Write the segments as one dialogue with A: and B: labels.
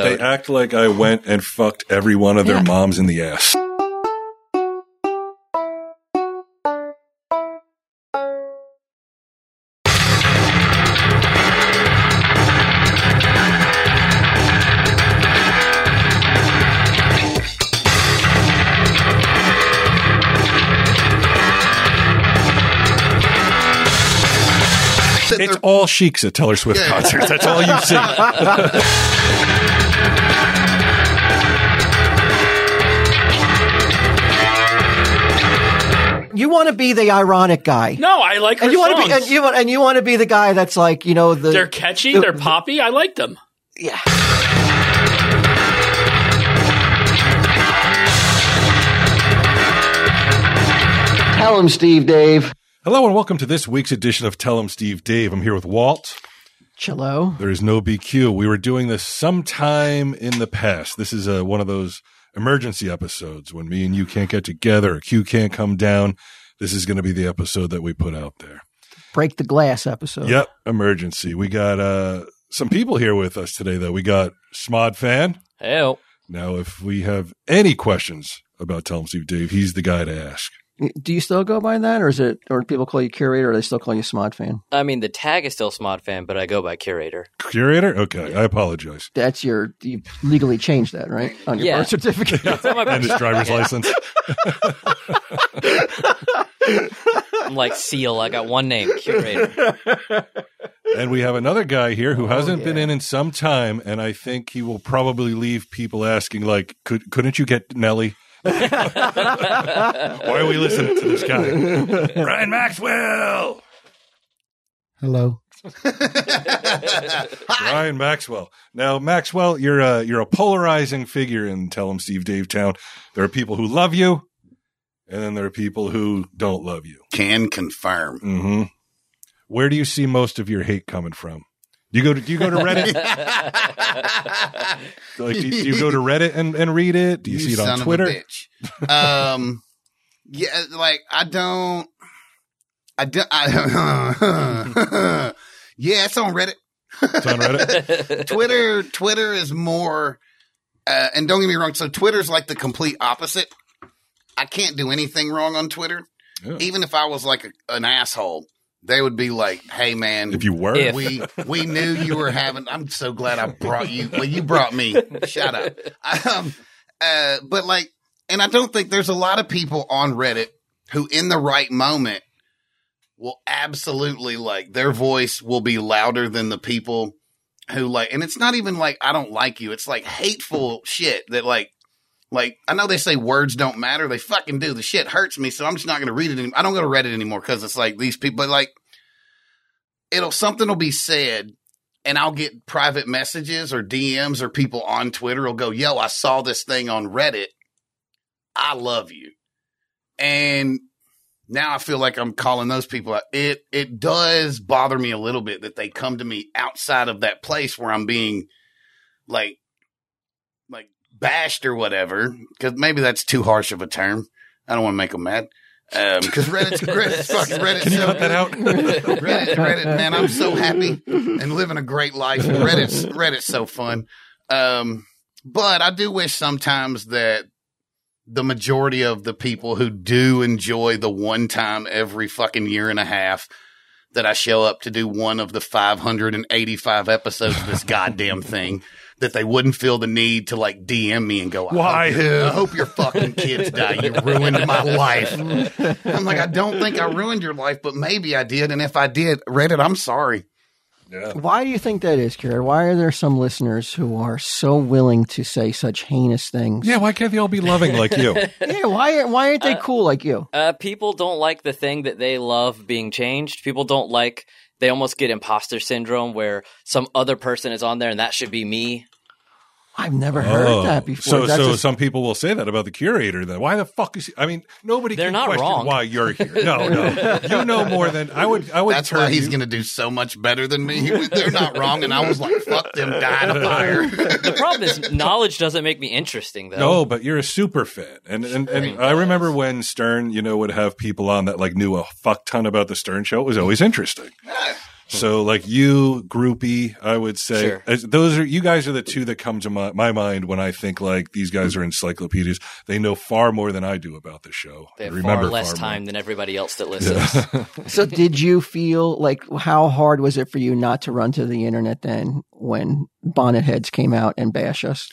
A: I act like I went and fucked every one of their
B: Yeah.
A: moms in the ass.
C: Sit
A: It's
C: there-
A: all sheiks at Taylor Swift
C: Yeah.
A: concerts. That's all you see.
D: You want to be the ironic guy.
E: No, I like her
D: And you want to be,
E: songs.
D: and you want, and you want to be the guy that's like, you know, the
E: they're catchy.
D: the-
E: they're poppy. I like them.
D: Yeah.
F: Tell him, Steve Dave.
A: Hello and welcome to this week's edition of Tell 'em Steve Dave. I'm here with Walt.
D: Chillo.
A: There is no BQ. We were doing this sometime in the past. This is uh, one of those emergency episodes when me and you can't get together, Q can't come down. This is going to be the episode that we put out there.
D: Break the glass episode.
A: Yep, emergency. We got uh, some people here with us today, though. We got Smod Fan.
B: Hell.
A: Now, if we have any questions about Tell 'em Steve Dave, he's the guy to ask.
D: Do you still go by that, or is it, or do people call you curator, or they still call you Smod fan?
B: I mean, the tag is still Smod fan, but I go by curator.
A: Curator? Okay, I apologize.
D: That's your. You legally changed that, right? On your
B: Yeah.
D: birth certificate.
B: It's on my
A: And his driver's
B: Yeah.
A: license.
B: I'm like seal. I got one name, curator.
A: And we have another guy here who hasn't been
D: yeah.
A: in in some time, and I think he will probably leave people asking, like, "Could couldn't you get Nelly? Why are we listening to this guy, Ryan Maxwell?
G: Hello.
A: Ryan Maxwell. Now, Maxwell, you're a you're a polarizing figure in Tell 'em Steve Dave Town. There are people who love you, and then there are people who don't love you.
C: can confirm.
A: hmm Where do you see most of your hate coming from? Do you go to Do you go to Reddit? Like, do, you- do you go to Reddit and, and read it? Do you, see it
C: son
A: on
C: of a
A: Twitter?
C: bitch. um, yeah, like I don't, I don't, I, yeah, it's on Reddit.
A: It's on Reddit.
C: Twitter, Twitter is more, uh, and don't get me wrong. So Twitter's like the complete opposite. I can't do anything wrong on Twitter.
A: Yeah.
C: Even if I was like a, an asshole, they would be like, "Hey, man,
A: If you were,
B: If-
C: we we knew you were having. I'm so glad I brought you. Well, you brought me. Shut up. Um, uh, but like, and I don't think there's a lot of people on Reddit who, in the right moment, will absolutely like their voice will be louder than the people who like. And it's not even like I don't like you. It's like hateful shit that like. Like I know they say words don't matter, they fucking do. The shit hurts me, so I'm just not going to read it. Any- I don't go to Reddit anymore because it's like these people. But like, it'll something will be said and I'll get private messages or DMs or people on Twitter will go, "Yo, I saw this thing on Reddit. I love you." And now I feel like I'm calling those people out. It it does bother me a little bit that they come to me outside of that place where I'm being like like bashed or whatever cuz maybe that's too harsh of a term. I don't want to make them mad. Um, cuz Reddit's, Reddit's fucking Reddit's
A: Can you
C: so
A: cut that
C: good.
A: out?
C: Reddit, Reddit, man, I'm so happy and living a great life. Reddit's Reddit's so fun. Um, but I do wish sometimes that the majority of the people who do enjoy the one time every fucking year and a half that I show up to do one of the 585 episodes of this goddamn thing that they wouldn't feel the need to like DM me and go, I
A: Why?
C: Hope your, I hope your fucking kids die. You ruined my life. I'm like, I don't think I ruined your life, but maybe I did. And if I did, Reddit, I'm sorry.
D: Why do you think that is, Karen? Why are there some listeners who are so willing to say such heinous things?
A: Yeah, why can't they all be loving like you?
D: Yeah, why why aren't they cool like you?
B: Uh, people don't like the thing that they love being changed. People don't like. They almost get imposter syndrome where some other person is on there and that should be me.
D: I've never heard
A: Oh.
D: that before.
A: So,
D: That's
A: so
D: a-
A: some people will say that about the curator. Then why the fuck is? He, I mean, nobody.
B: They're
A: can
B: not
A: question
B: wrong.
A: Why you're here? No, no. You know more than I would. I would.
C: That's
A: turn
C: why he's
A: you-
C: going to do so much better than me. He was- They're not wrong. And I was like, fuck them, die in a fire.
B: The problem is knowledge doesn't make me interesting though.
A: No, but you're a super fan, and and, and I remember when Stern, you know, would have people on that like knew a fuck ton about the Stern show. It was always interesting. So like you, groupie, I would say
B: Sure.
A: as- those are you guys are the two that come to my, my mind when I think like these guys are encyclopedias. They know far more than I do about the show.
B: They
A: I
B: have
A: remember
B: far less
A: more.
B: time than everybody else that listens.
A: Yeah.
D: So did you feel like how hard was it for you not to run to the internet then when bonnet heads came out and bash us?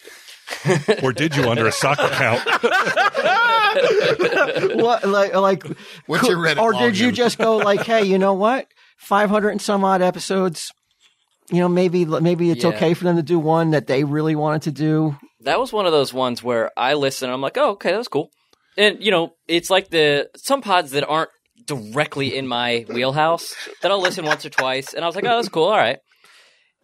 A: or did you under a sock account?
D: what like like
C: What's
D: could-
C: your Reddit
D: Or did you
C: login?
D: just go like, hey, you know what? Five hundred and some odd episodes. You know, maybe maybe it's
B: Yeah.
D: okay for them to do one that they really wanted to do.
B: that was one of those ones where I listen. I'm like, oh, okay, that was cool. And you know, it's like the some pods that aren't directly in my wheelhouse that I'll listen once or twice, and I was like, oh, that's cool, all right.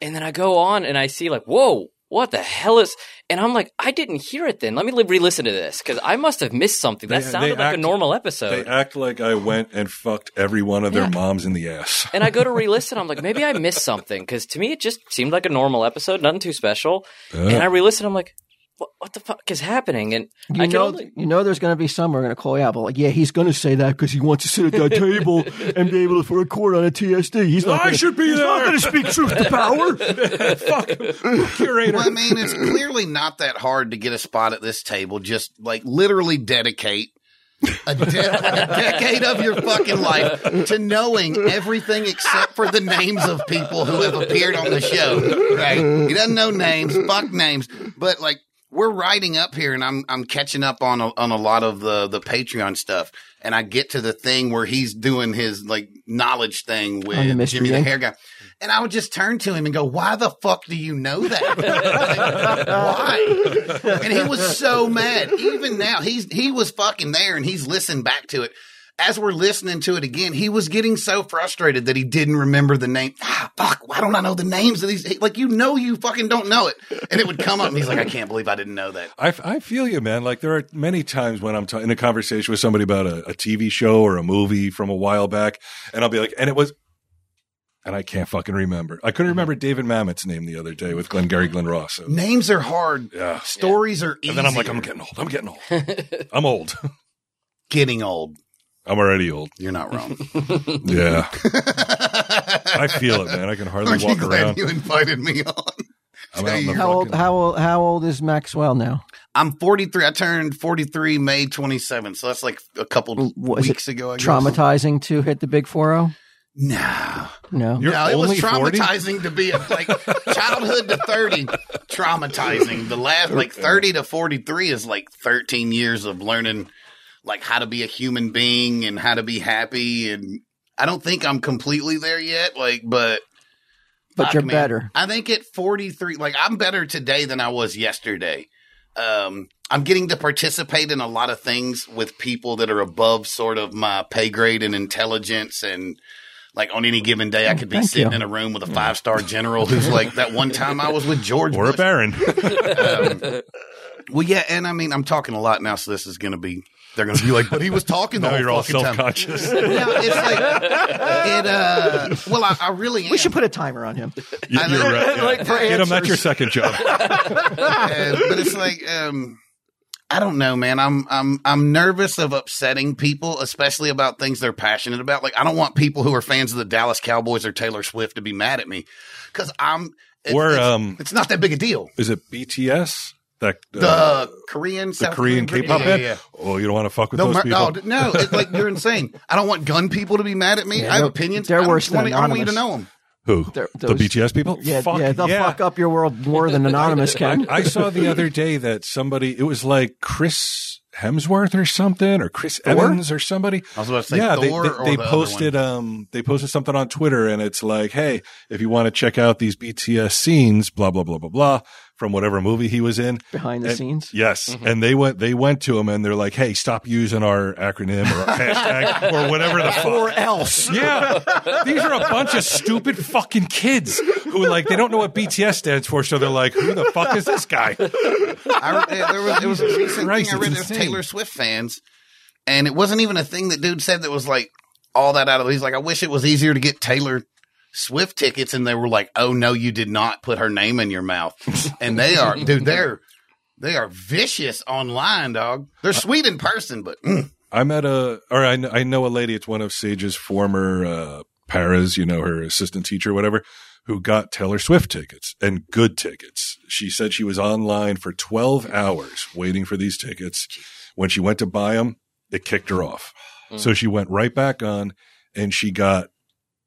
B: And then I go on and I see like, whoa, what the hell is? And I'm like, I didn't hear it then. Let me li- re-listen to this because I must have missed something. That
A: They- they
B: sounded like
A: act-
B: a normal
A: They
B: episode.
A: act like I went and fucked every one of their
B: Yeah.
A: moms in the ass.
B: and I go to re-listen. I'm like, maybe I missed something because to me it just seemed like a normal episode, nothing too special. And I re-listen. I'm like, what, what the fuck is happening? And
D: You
B: I can
D: know,
B: only-
D: you know, there's going to be some. We're going to call you out, but like, yeah, he's going to say that because he wants to sit at that table and be able to record on a TSD. He's not.
A: I
D: gonna,
A: should be
D: he's not
A: there.
D: going to speak truth to power.
A: Fuck curator.
C: Well, I mean, it's clearly not that hard to get a spot at this table. Just like literally dedicate a, de- a decade of your fucking life to knowing everything except for the names of people who have appeared on the show. Right? He doesn't know names. Fuck names. But like. We're writing up here, and I'm I'm catching up on a, on a lot of the the Patreon stuff, and I get to the thing where he's doing his like knowledge thing
D: On the
C: with
D: mystery
C: Jimmy the
D: game?
C: Hair Guy, and I would just turn to him and go, "Why the fuck do you know that? Like, why?" And he was so mad. Even now, he's he was fucking there, and he's listened back to it. As we're listening to it again, he was getting so frustrated that he didn't remember the name. Ah, fuck! Why don't I know the names of these? Like you know, you fucking don't know it, and it would come up, and he's like, "I can't believe I didn't know that."
A: I, f- I feel you, man. Like there are many times when I'm ta- in a conversation with somebody about a, a TV show or a movie from a while back, and I'll be like, and it was, and I can't fucking remember. I couldn't
D: Mm-hmm.
A: remember David Mamet's name the other day with Glengarry Glen Ross. So,
C: Names are hard.
A: yeah.
C: Stories are easy.
A: And then I'm like, I'm getting old. I'm getting old. I'm old.
C: getting old.
A: I'm already old.
C: You're not wrong.
A: Yeah. I feel it, man. I can hardly
C: Aren't you
A: walk
C: glad
A: around.
C: you invited me on?
A: I'm out in the
C: you-
D: how old?
A: fucking-
D: How old? How old is Maxwell now?
C: I'm 43. I turned 43 May 27th. So that's like a couple
D: What is it?
C: weeks ago. I guess.
D: Traumatizing to hit the big four zero?
C: No,
D: No.
A: You're
C: no, it was
A: only 40?
C: traumatizing to be a, like childhood to 30. Traumatizing. The last like 30 to 43 is like 13 years of learning like how to be a human being and how to be happy. And I don't think I'm completely there yet. Like, but
D: but
C: Fuck,
D: you're
C: man.
D: better.
C: I think at 43, like I'm better today than I was yesterday. Um, I'm getting to participate in a lot of things with people that are above sort of my pay grade and intelligence. And like on any given day, I could be
D: Oh, Thank
C: sitting
D: you.
C: in a room with a five star general who's like that one time I was with George.
A: Or a
C: Bush.
A: baron.
C: Well, yeah. And I mean, I'm talking a lot now. So this is going to be, they're going to be like, but he was talking the
A: now
C: whole
A: you're all
C: fucking
A: self
C: time.
A: conscious.
C: No, it's like, it, uh, well, I, I really am.
D: We should put a timer on him.
A: You're
C: know.
A: right. yeah.
D: Like, for
A: Get him. That's your
D: answers.
A: second job.
C: Uh, but it's like um I don't know, man. I'm I'm I'm nervous of upsetting people, especially about things they're passionate about. Like I don't want people who are fans of the Dallas Cowboys or Taylor Swift to be mad at me because I'm it's,
A: We're,
C: it's,
A: um,
C: it's not that big a deal.
A: Is it BTS? That
C: The
A: uh,
C: Korean,
A: the Korean K-pop
C: yeah,
A: band.
C: yeah, yeah.
A: Oh, you don't want to fuck with
C: No,
A: those
C: my,
A: people.
C: no, d- no. It's like you're insane. I don't want gun people to be mad at me.
D: Yeah,
C: I have
D: they're-
C: opinions.
D: they're
C: I don't
D: worse than
C: want it- I don't want you to
D: anonymous.
C: know them.
A: Who?
D: They're-
A: The
D: those-
A: BTS people?
D: Yeah,
A: Fuck,
D: yeah, they'll fuck up your world more than anonymous can.
A: I saw the other day that somebody, it was like Chris Hemsworth or something, or Chris Evans or somebody.
C: I was about to say
A: yeah, they,
C: Thor
A: they,
C: or
A: they
C: the other
A: posted um they posted something on Twitter, and it's like, hey, if you want to check out these BTS scenes, blah blah blah blah blah, from whatever movie he was in,
D: behind the
A: And-
D: scenes. Mm-hmm.
A: Yes, and they went they went to him and they're like, "Hey, stop using our acronym or our hashtag or whatever the fuck." Or else, yeah, these are a bunch of stupid fucking kids who like they don't know what BTS stands for, so they're like, "Who the fuck is this guy?"
C: I, re- yeah, there was, it was a recent
A: Christ,
C: thing I read.
A: it's
C: It was
A: insane.
C: Taylor Swift fans, and it wasn't even a thing that dude said that was like all that out of. He's like, I wish it was easier to get Taylor Swift tickets, and they were like, Oh no, you did not put her name in your mouth, and they are, dude, they're. They are vicious online, dog. They're
A: Uh,
C: sweet in person, but mm,
A: I met a or I kn- I know a lady. It's one of Sage's former uh, Paras, you know, her assistant teacher, whatever, who got Taylor Swift tickets and good tickets. She said she was online for 12 hours waiting for these tickets. When she went to buy them, it kicked her off.
B: Mm.
A: So she went right back on and she got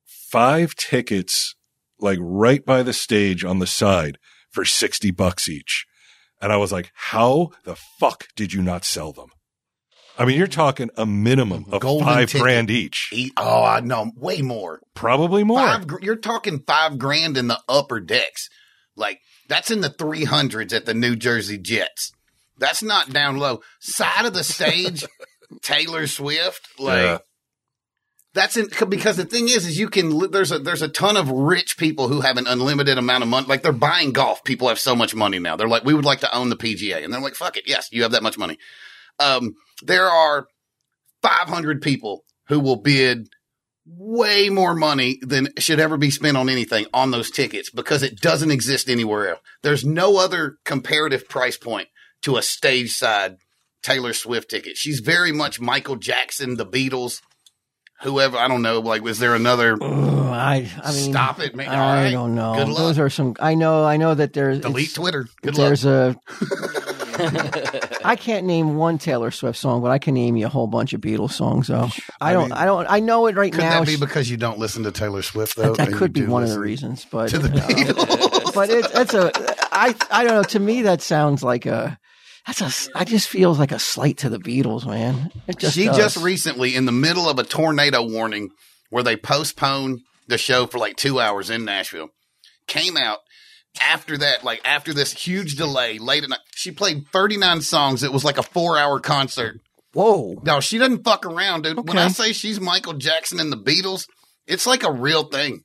A: five tickets like right by the stage on the side for 60 bucks each. And I was like, how the fuck did you not sell them? I mean, you're talking a minimum of
C: Golden
A: five
C: ticket.
A: grand each,
C: E- Oh, I know, way more.
A: probably more.
C: Five. gr- You're talking five grand in the upper decks. Like that's in the three hundreds at the New Jersey Jets. That's not down low. Side of the stage, Taylor Swift. Like
A: Yeah.
C: that's in c- because the thing is, is you can li- there's a there's a ton of rich people who have an unlimited amount of money. Like they're buying golf. People have so much money now. They're like, we would like to own the PGA, and they're like, fuck it, yes, you have that much money. Um, there are 500 people who will bid way more money than should ever be spent on anything on those tickets because it doesn't exist anywhere else. There's no other comparative price point to a stage side Taylor Swift ticket. She's very much Michael Jackson, the Beatles, whoever. I don't know. Like, was there another?
D: Ugh, I, I mean,
C: Stop it, man. All
D: I
C: right.
D: don't know.
C: Good luck.
D: Those are some. I know. I know that there's.
C: Delete
D: it's-
C: Twitter. Good luck.
D: there's a. I can't name one Taylor Swift song, but I can name you a whole bunch of Beatles songs. Though I, don't.
A: mean-
D: I don't. I know it right
C: Could
D: now.
C: that be because you don't listen to Taylor Swift though?
D: that
C: and
D: could
C: you
D: be
C: do
D: one of the
C: listen
D: reasons, but
C: To the
D: you know.
C: Beatles.
D: but it, it's a I I don't know. To me, that sounds like a that's a I just feels like a slight to the Beatles, man. It just
C: she
D: does.
C: just recently, in the middle of a tornado warning, where they postponed the show for like two hours in Nashville, came out after that, like after this huge delay, late at night. She played 39 songs. It was like a four hour concert.
D: whoa.
C: No, she doesn't fuck around, dude. When I
D: Okay.
C: say she's Michael Jackson and the Beatles, it's like a real thing.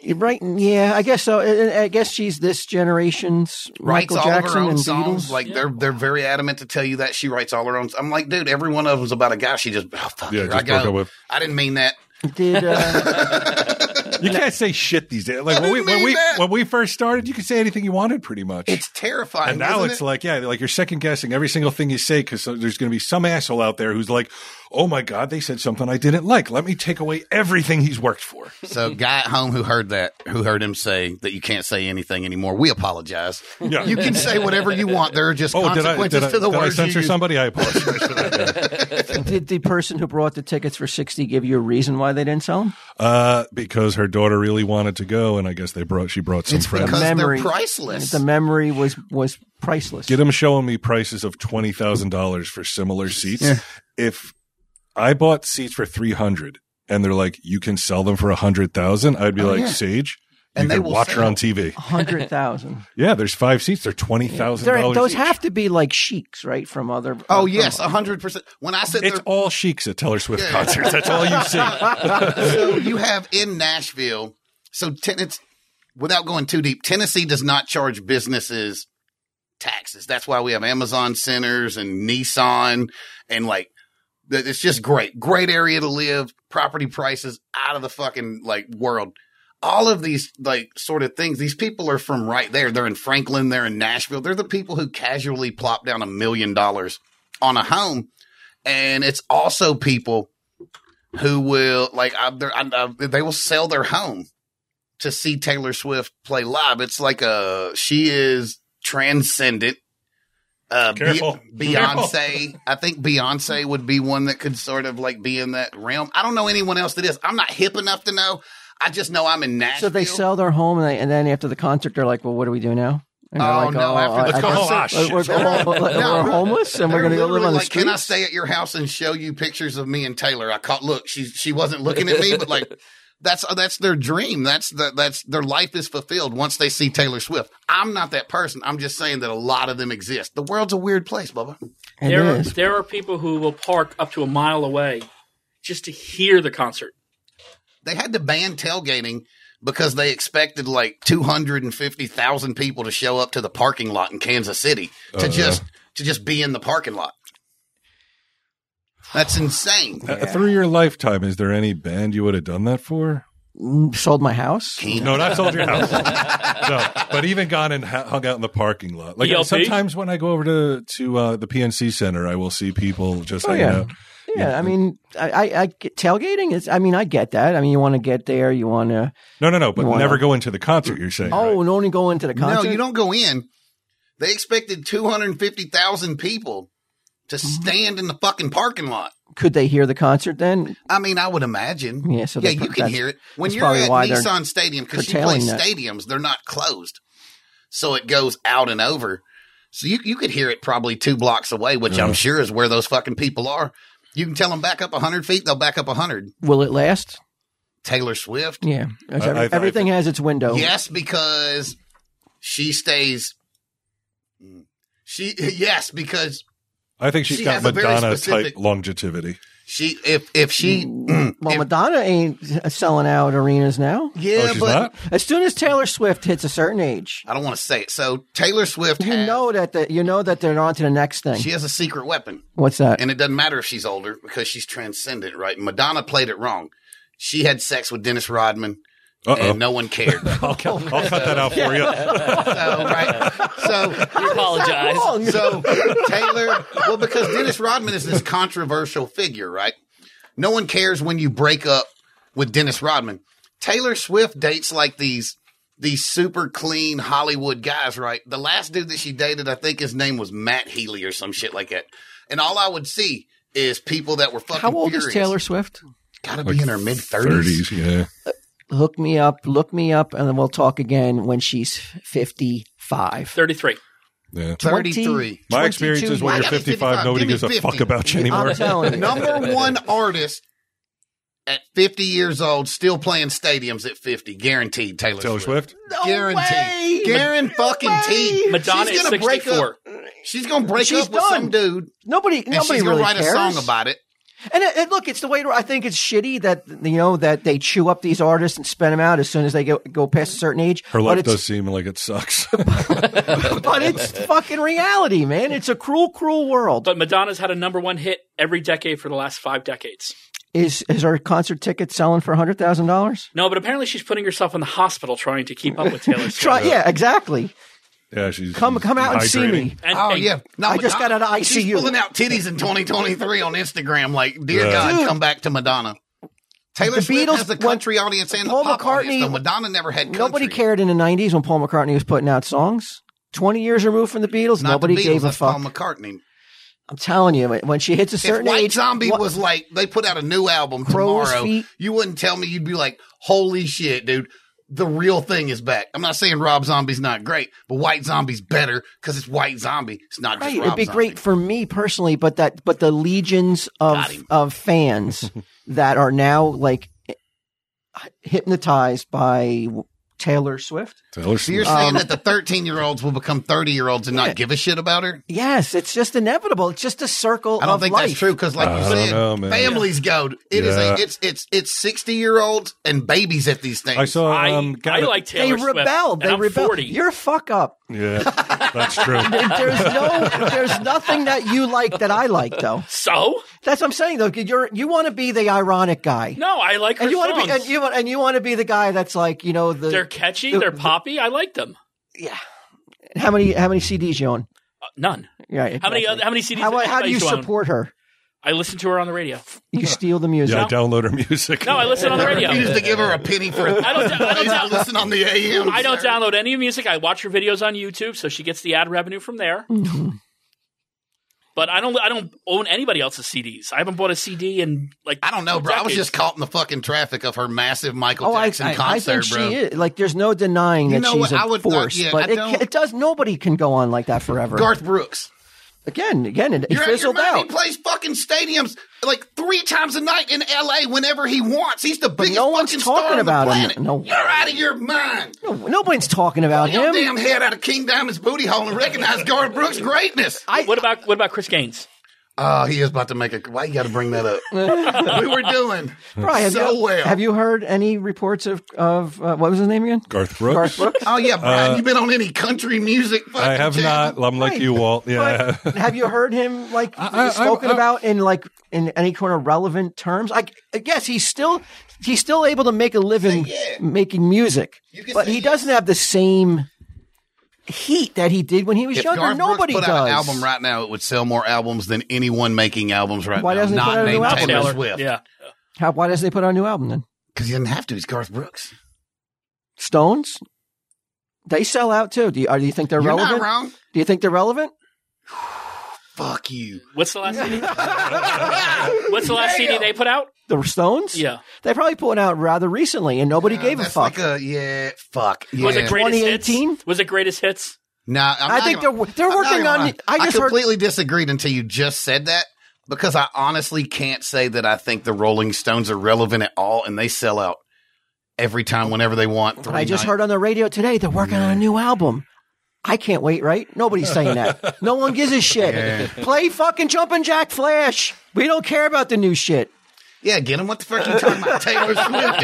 D: You're Right? Yeah, I guess so. I- I- I guess she's this generation's
C: writes
D: Michael
C: all of her
D: Jackson
C: own
D: and
C: songs.
D: Beatles.
C: Like they're they're very adamant to tell you that she writes all her own. I'm like, dude, every one of them's about a guy. She just, oh, fuck
A: Yeah,
C: her.
A: just
C: I got.
A: broke up with-
C: I didn't mean that.
D: Did uh,
A: You can't say shit these days. Like when we when
C: mean
A: we
C: that.
A: when we first started, you could say anything you wanted pretty much.
C: It's terrifying.
A: and now
C: isn't
A: it's
C: it?
A: like yeah, like you're second guessing every single thing you say because there's going to be some asshole out there who's like, oh my god, they said something I didn't like. Let me take away everything he's worked for.
C: so guy at home who heard that, who heard him say that you can't say anything anymore. We apologize.
A: Yeah.
C: You can say whatever you want. There are just
A: Oh, did I,
C: consequences
A: did I,
C: to the
A: did I
C: words you
A: censor
C: use.
A: somebody? I apologize for that. yeah.
D: did the person who brought the tickets for sixty give you a reason why they didn't sell them?
A: Uh, because her daughter really wanted to go, and I guess they brought she brought some
C: It's
A: friends.
C: because- they're
D: memory
C: priceless.
D: The memory was was priceless.
A: Get him showing me prices of twenty thousand dollars for similar seats. If I bought seats for three hundred, and they're like, you can sell them for a hundred thousand, I'd be like,
C: Oh, yeah.
A: Sage, you
C: And they
A: can
C: will
A: watch her
C: sell.
A: on TV.
D: Hundred thousand.
A: Yeah, there's five seats. They're twenty thousand
D: They're-
A: dollars.
D: Those have to be like sheiks, right? From other.
C: Oh
D: from-
C: yes, hundred percent. When I said
A: It's
C: there,
A: all sheiks at Taylor Swift
C: Yeah.
A: concerts. That's all you see.
C: so you have in Nashville. So ten, it's without going too deep. Tennessee does not charge businesses taxes. That's why we have Amazon centers and Nissan and like th- it's just great, great area to live. Property prices out of the fucking like world. All of these like sort of things. These people are from right there. They're in Franklin. They're in Nashville. They're the people who casually plop down a million dollars on a home, and it's also people who will like I, they're- I, I, they will sell their home to see Taylor Swift play live. It's like a she is transcendent. Uh, Be-
A: Careful.
C: Beyonce, I think Beyonce would be one that could sort of like be in that realm. I don't know anyone else that is. I'm not hip enough to know. I just know I'm in Nashville.
D: So they sell their home, and, they, and then after the concert, they're like, "Well, what do we do now?" And they're
C: Oh,
D: like,
C: no, after the
D: I
C: concert-
D: guess-
A: Let's go home.
D: we're, we're- we're-
C: No.
D: we're homeless, and we're
C: They're
D: going to go live
C: literally
D: on the
C: like,
D: streets.
C: Can I stay at your house and show you pictures of me and Taylor? I caught. Look, she she wasn't looking at me, but like that's that's their dream. That's the, that's their life is fulfilled once they see Taylor Swift. I'm not that person. I'm just saying that a lot of them exist. The world's a weird place, Bubba.
D: It
E: there, are,
D: is.
E: there are people who will park up to a mile away just to hear the concert.
C: They had to ban tailgating because they expected like 250,000 people to show up to the parking lot in Kansas City to
A: Uh,
C: just to just be in the parking lot. That's insane.
A: Uh, Through your lifetime, is there any band you would have done that for?
D: Sold my house.
A: No, not sold your house. no, but even gone and ha- hung out in the parking lot. Like
E: ELP?
A: sometimes when I go over to to uh, the PNC Center, I will see people just
D: Oh,
A: hanging
D: yeah.
A: out.
D: yeah. I mean, I, I, I get- tailgating is. I mean, I get that. I mean, you want to get there. You want to.
A: No, no, no. But
D: You wanna-
A: never go into the concert. You're saying?
D: Oh,
A: right?
D: and only go into the concert.
C: No, you don't go in. They expected 250,000 people to stand in the fucking parking lot.
D: Could they hear the concert then?
C: I mean, I would imagine.
D: Yeah, so
C: yeah,
D: they-
C: you can
D: that's-
C: hear it when
D: that's
C: you're
D: probably
C: at
D: why they're
C: Nissan Stadium because you play
D: curtailing that.
C: stadiums; they're not closed, so it goes out and over. So you you could hear it probably two blocks away, which
D: Mm-hmm.
C: I'm sure is where those fucking people are. You can tell them back up hundred feet; they'll back up hundred.
D: Will it last?
C: Taylor Swift,
D: Yeah. There's
A: I-
D: every-
A: I- I-
D: everything has its window.
C: yes, because she stays. mm, She yes, because
A: I think she's
C: She
A: got
C: has a very
A: Madonna type
C: specific-
A: longevity.
C: she if if she
D: Well,
C: if-
D: Madonna ain't selling out arenas now.
A: oh,
C: yeah,
A: she's
C: but
A: not.
D: As soon as Taylor Swift hits a certain age,
C: I don't want to say it. So Taylor Swift,
D: you
C: has-
D: know that the, you know that they're on to the next thing.
C: she has a secret weapon.
D: What's that?
C: and it doesn't matter if she's older because she's transcendent, right? Madonna played it wrong. She had sex with Dennis Rodman,
A: Uh oh.
C: and no one cared. so,
A: I'll, cut- I'll cut that out for you.
C: right? So,
B: We apologize.
D: Wrong.
C: so Taylor, well, because Dennis Rodman is this controversial figure, right? No one cares when you break up with Dennis Rodman. Taylor Swift dates like these these super clean Hollywood guys, right? The last dude that she dated, I think his name was Matt Healy or some shit like that. And all I would see is people that were fucking
D: How old
C: furious.
D: is Taylor Swift?
C: Gotta be in her mid thirties.
A: Thirties, yeah.
D: Hook me up, look me up, and then we'll talk again when she's fifty-five.
E: 33.
A: Yeah.
C: Thirty
D: 20.
C: three.
A: My
D: 22
A: experience is when you're
C: years. I gotta be
A: 55, nobody
C: Give me
A: gives a
C: 50.
A: fuck about you anymore.
D: I'm telling you,
C: Number one artist at fifty years old still playing stadiums at fifty. Guaranteed Taylor,
A: Taylor
C: Swift.
A: Swift.
C: Guaranteed. Guaranteed. fucking T.
E: Madonna
C: She's
E: is
C: gonna break
E: 64.
C: She's gonna break
D: She's
C: up with
D: done.
C: some dude
D: nobody,
C: and
D: nobody
C: she's gonna
D: really
C: write
D: cares.
C: a song about it.
D: And, it, and look, it's the way to, I think it's shitty that you know that they chew up these artists and spin them out as soon as they go, go past a certain age.
A: Her
D: but
A: life
D: it's,
A: does seem like it sucks.
D: but it's fucking reality, man. It's a cruel, cruel world.
E: But Madonna's had a number one hit every decade for the last five decades.
D: Is is our concert ticket selling for hundred thousand dollars?
E: No, but apparently she's putting herself in the hospital trying to keep up with Taylor Swift.
D: Try, yeah, exactly.
A: yeah, she's
D: Come come out and see
A: dehydrating.
D: me.
E: And,
C: Oh
E: and
C: yeah. No,
D: I just
C: Madonna-
D: got out of
C: She's
D: ICU.
C: pulling out titties in twenty twenty three on Instagram like, dear
A: Yeah.
C: God, come back to Madonna. Taylor
D: The
C: Swift
D: Beatles-
C: has the
D: when-
C: country audience and
D: Paul
C: the pop
D: McCartney-
C: audience. though. Madonna never had country.
D: Nobody cared in the '90s when Paul McCartney was putting out songs. Twenty years removed from the Beatles,
C: Not
D: nobody
C: the Beatles,
D: gave a
C: that's
D: fuck.
C: Paul McCartney.
D: I'm telling you, when she hits a certain
C: if White
D: age,
C: Zombie
D: what-
C: was like they put out a new album
D: Crow's
C: tomorrow,
D: Feet.
C: you wouldn't tell me you'd be like, "Holy shit, dude, the real thing is back." I'm not saying Rob Zombie's not great, but White Zombie's better because it's White Zombie. It's not
D: Right,
C: just
D: it'd
C: Rob
D: be
C: Zombie.
D: great for me personally, but that but the legions
C: Got
D: of
C: him.
D: of fans that are now like hypnotized by Taylor Swift.
A: Taylor
C: So you're
A: Swift.
C: saying that the 13 year olds will become 30 year olds and
D: Um, Yeah.
C: not give a shit about her?
D: Yes, it's just inevitable. It's just a circle.
C: I don't
D: of
C: think
D: life.
C: that's true because, like
A: I
C: you
A: don't
C: said,
A: know, man.
C: families go. It is
A: Yeah.
C: a, it's it's it's 60 year olds and babies at these things.
A: I saw.
E: I,
A: Um,
E: I
A: got it.
E: like
D: They
E: Taylor Swift.
D: rebelled.
E: and
D: They
E: I'm
D: rebelled.
E: 40.
D: You're a fuck up.
A: Yeah, that's true.
D: There's no. there's nothing that you like that I like though.
E: so?
D: That's what I'm saying though. You're you want to be the ironic guy.
E: No, I like her
D: And you want to
E: songs.
D: be and you want and you want to be the guy that's like you know the
E: they're catchy.
D: the-
E: they're poppy. I like them.
D: yeah. How many how many CDs you own?
E: Uh, none.
D: Right.
E: How many?
D: exactly.
E: Other, how many CDs?
D: How,
E: does
D: how do you
E: anybody own?
D: support her?
E: I listen to her on the radio.
D: You steal the music.
A: Yeah, I download her music.
E: No, I listen on the
C: I
E: radio.
C: refuse to give her a penny for. I
E: I don't. I don't,
C: I
E: down-
C: listen on the AM.
E: I don't
C: sir.
E: download any music. I watch her videos on YouTube, so she gets the ad revenue from there. but I don't. I don't own anybody else's CDs. I haven't bought a CD in like.
C: I don't know, bro. I was
E: decades.
C: just caught in the fucking traffic of her massive Michael
D: Oh, I,
C: Jackson
D: I, I
C: concert,
D: think
C: bro.
D: she is. Like, there's no denying
C: You
D: that
C: know
D: she's
C: what?
D: a
C: I would not-
D: force,
C: yeah,
D: but
C: I
D: it,
C: don't-
D: ca- it does. Nobody can go on like that forever.
C: Garth Brooks.
D: again, again, it, it
C: You're out your
D: fizzled
C: mind. He
D: out.
C: plays fucking stadiums like three times a night in L.A. whenever he wants. He's the biggest
D: no one's
C: fucking
D: talking
C: star
D: about
C: on the
D: him.
C: planet.
D: No.
C: You're out of your mind.
D: No, nobody's talking about
C: Your
D: him.
C: damn head out of King Diamond's booty hole and recognize Garth Brooks' greatness.
E: what about what about Chris Gaines?
C: Oh, he is about to make a. Why you got to bring that up? we were doing
D: Right, have,
C: so
D: you,
C: well.
D: have you heard any reports of of uh, what was his name again?
A: Garth Brooks.
D: Garth Brooks.
C: oh yeah, Brian. you been on any country music?
A: Uh, I have
C: fucking
A: not.
C: channel?
A: I'm like you, Walt. Yeah.
D: But have you heard him like
A: I- I-
D: spoken
A: I-
D: about in like in any kind of relevant terms? Like, yes, he's still he's still able to make a living
C: yeah.
D: making music,
C: You can
D: but
C: say
D: he
C: yes.
D: doesn't have the same heat that he did when he was
C: If
D: younger.
C: Garth Brooks
D: Nobody
C: put
D: does.
C: out an album right now, it would sell more albums than anyone making albums right
D: Why
C: now.
D: doesn't he put out
C: Not
D: a new
C: named
D: album?
C: Taylor,
E: Taylor.
C: Swift.
E: Yeah.
D: How, why does they put out a new album then?
C: Because he doesn't have to. He's Garth Brooks.
D: Stones, they sell out too. Do you, or do you think they're
C: You're
D: relevant?
C: not wrong.
D: Do you think they're relevant?
C: Fuck you.
E: What's the last CD? What's the last CD they put out?
D: The Stones?
E: Yeah.
D: They probably put it out rather recently, and nobody gave a
C: That's
D: fuck.
C: Like a, yeah, fuck. Yeah.
E: Was it greatest hits?
D: 2018?
E: Was it greatest hits?
C: Nah, I'm
D: I
C: not
D: think
C: gonna-
D: they're they're
C: I'm not
D: working
C: gonna
D: on.
C: lie.
D: it. I just heard
C: completely disagreed until you just said that because I honestly can't say that I think the Rolling Stones are relevant at all, and they sell out every time whenever they want.
D: I just heard on the radio today they're working on a new album. I can't wait, right? Nobody's saying that. No one gives a shit. Play fucking Jumpin' Jack Flash. We don't care about the new shit.
C: Yeah, get them. What the fuck you talking about? Taylor Swift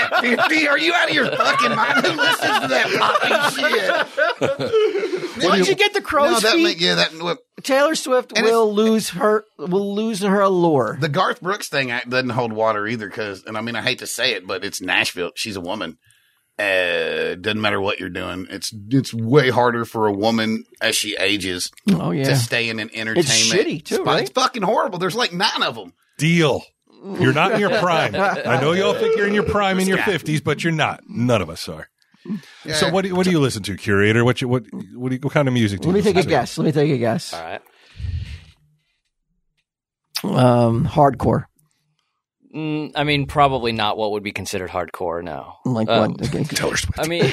C: at 50? Are you out of your fucking mind? Who listens to that poppy shit?
D: Once you get the crow's
C: that
D: feet,
C: ma- yeah, that what-
D: Taylor Swift
C: And
D: will lose her will lose her allure.
C: the Garth Brooks thing act doesn't hold water either. Because, and I mean, I hate to say it, but it's Nashville. She's a woman. Uh, doesn't matter what you're doing. It's it's way harder for a woman as she ages
D: oh
C: to
D: yeah,
C: stay in an entertainment.
D: shitty, too,
C: spot.
D: right?
C: It's fucking horrible. There's like nine of them.
A: Deal. You're not in your prime. I know y'all think you're in your prime in your fifties, but you're not. None of us are. So what do you, what do you listen to, curator? What you, what what, do you, what kind of music? Do
D: let
A: you
D: me take a
A: listen to?
D: guess. Let me take a guess.
C: Uh,
B: All right.
D: Um, hardcore,
B: Mm, I mean, probably not what would be considered hardcore. No.
D: like
B: Um,
D: what? Again,
A: Taylor Swift.
B: I mean,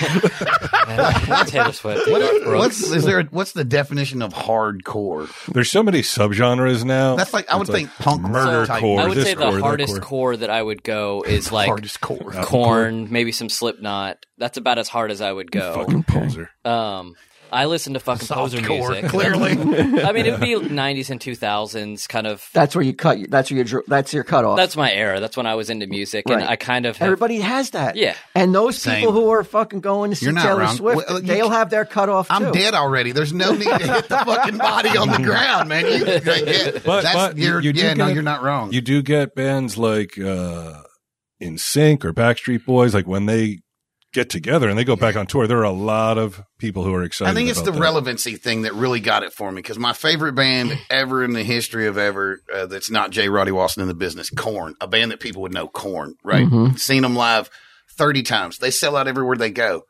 B: Taylor Swift. Garth Brooks.
C: What's is there? What's the definition of hardcore?
A: There's so many subgenres now.
C: That's like I would
A: It's like
C: think punk
A: murder
C: type.
A: core.
B: I would
A: this
B: say the
A: core, that
B: hardest
A: core.
B: core. that I would go is like
C: hardest core.
B: corn, maybe some Slipknot. That's about as hard as I would go.
A: fucking poser.
B: Um, I listen to fucking poser
C: Softcore,
B: music.
C: clearly.
B: I mean, it'd be '90s and 2000s, kind of.
D: that's where you cut. That's where your dr- that's your cutoff.
B: That's my era. That's when I was into music, and
D: Right.
B: I kind of have-
D: Everybody has that.
B: Yeah.
D: and those
C: Same.
D: people who are fucking going to see
C: You're not
D: Taylor
C: wrong.
D: Swift,
C: Well, you
D: they'll
C: c-
D: have their cutoff.
C: I'm
D: too.
C: dead already. There's no need to hit the fucking body on the ground, man. You, yeah,
A: But-
C: that's,
A: but
C: you're,
A: you do
C: yeah, no,
A: get-
C: you're not wrong.
A: You do get bands like uh In Sync or Backstreet Boys, like when they get together and they go back on tour, there are a lot of people who are excited.
C: I think it's
A: about
C: the
A: that.
C: relevancy thing that really got it for me because my favorite band ever in the history of ever uh, that's not J. Roddy Watson in the business, Corn, a band that people would know, Corn, right?
A: Mm-hmm.
C: Seen them live 30 times. They sell out everywhere they go.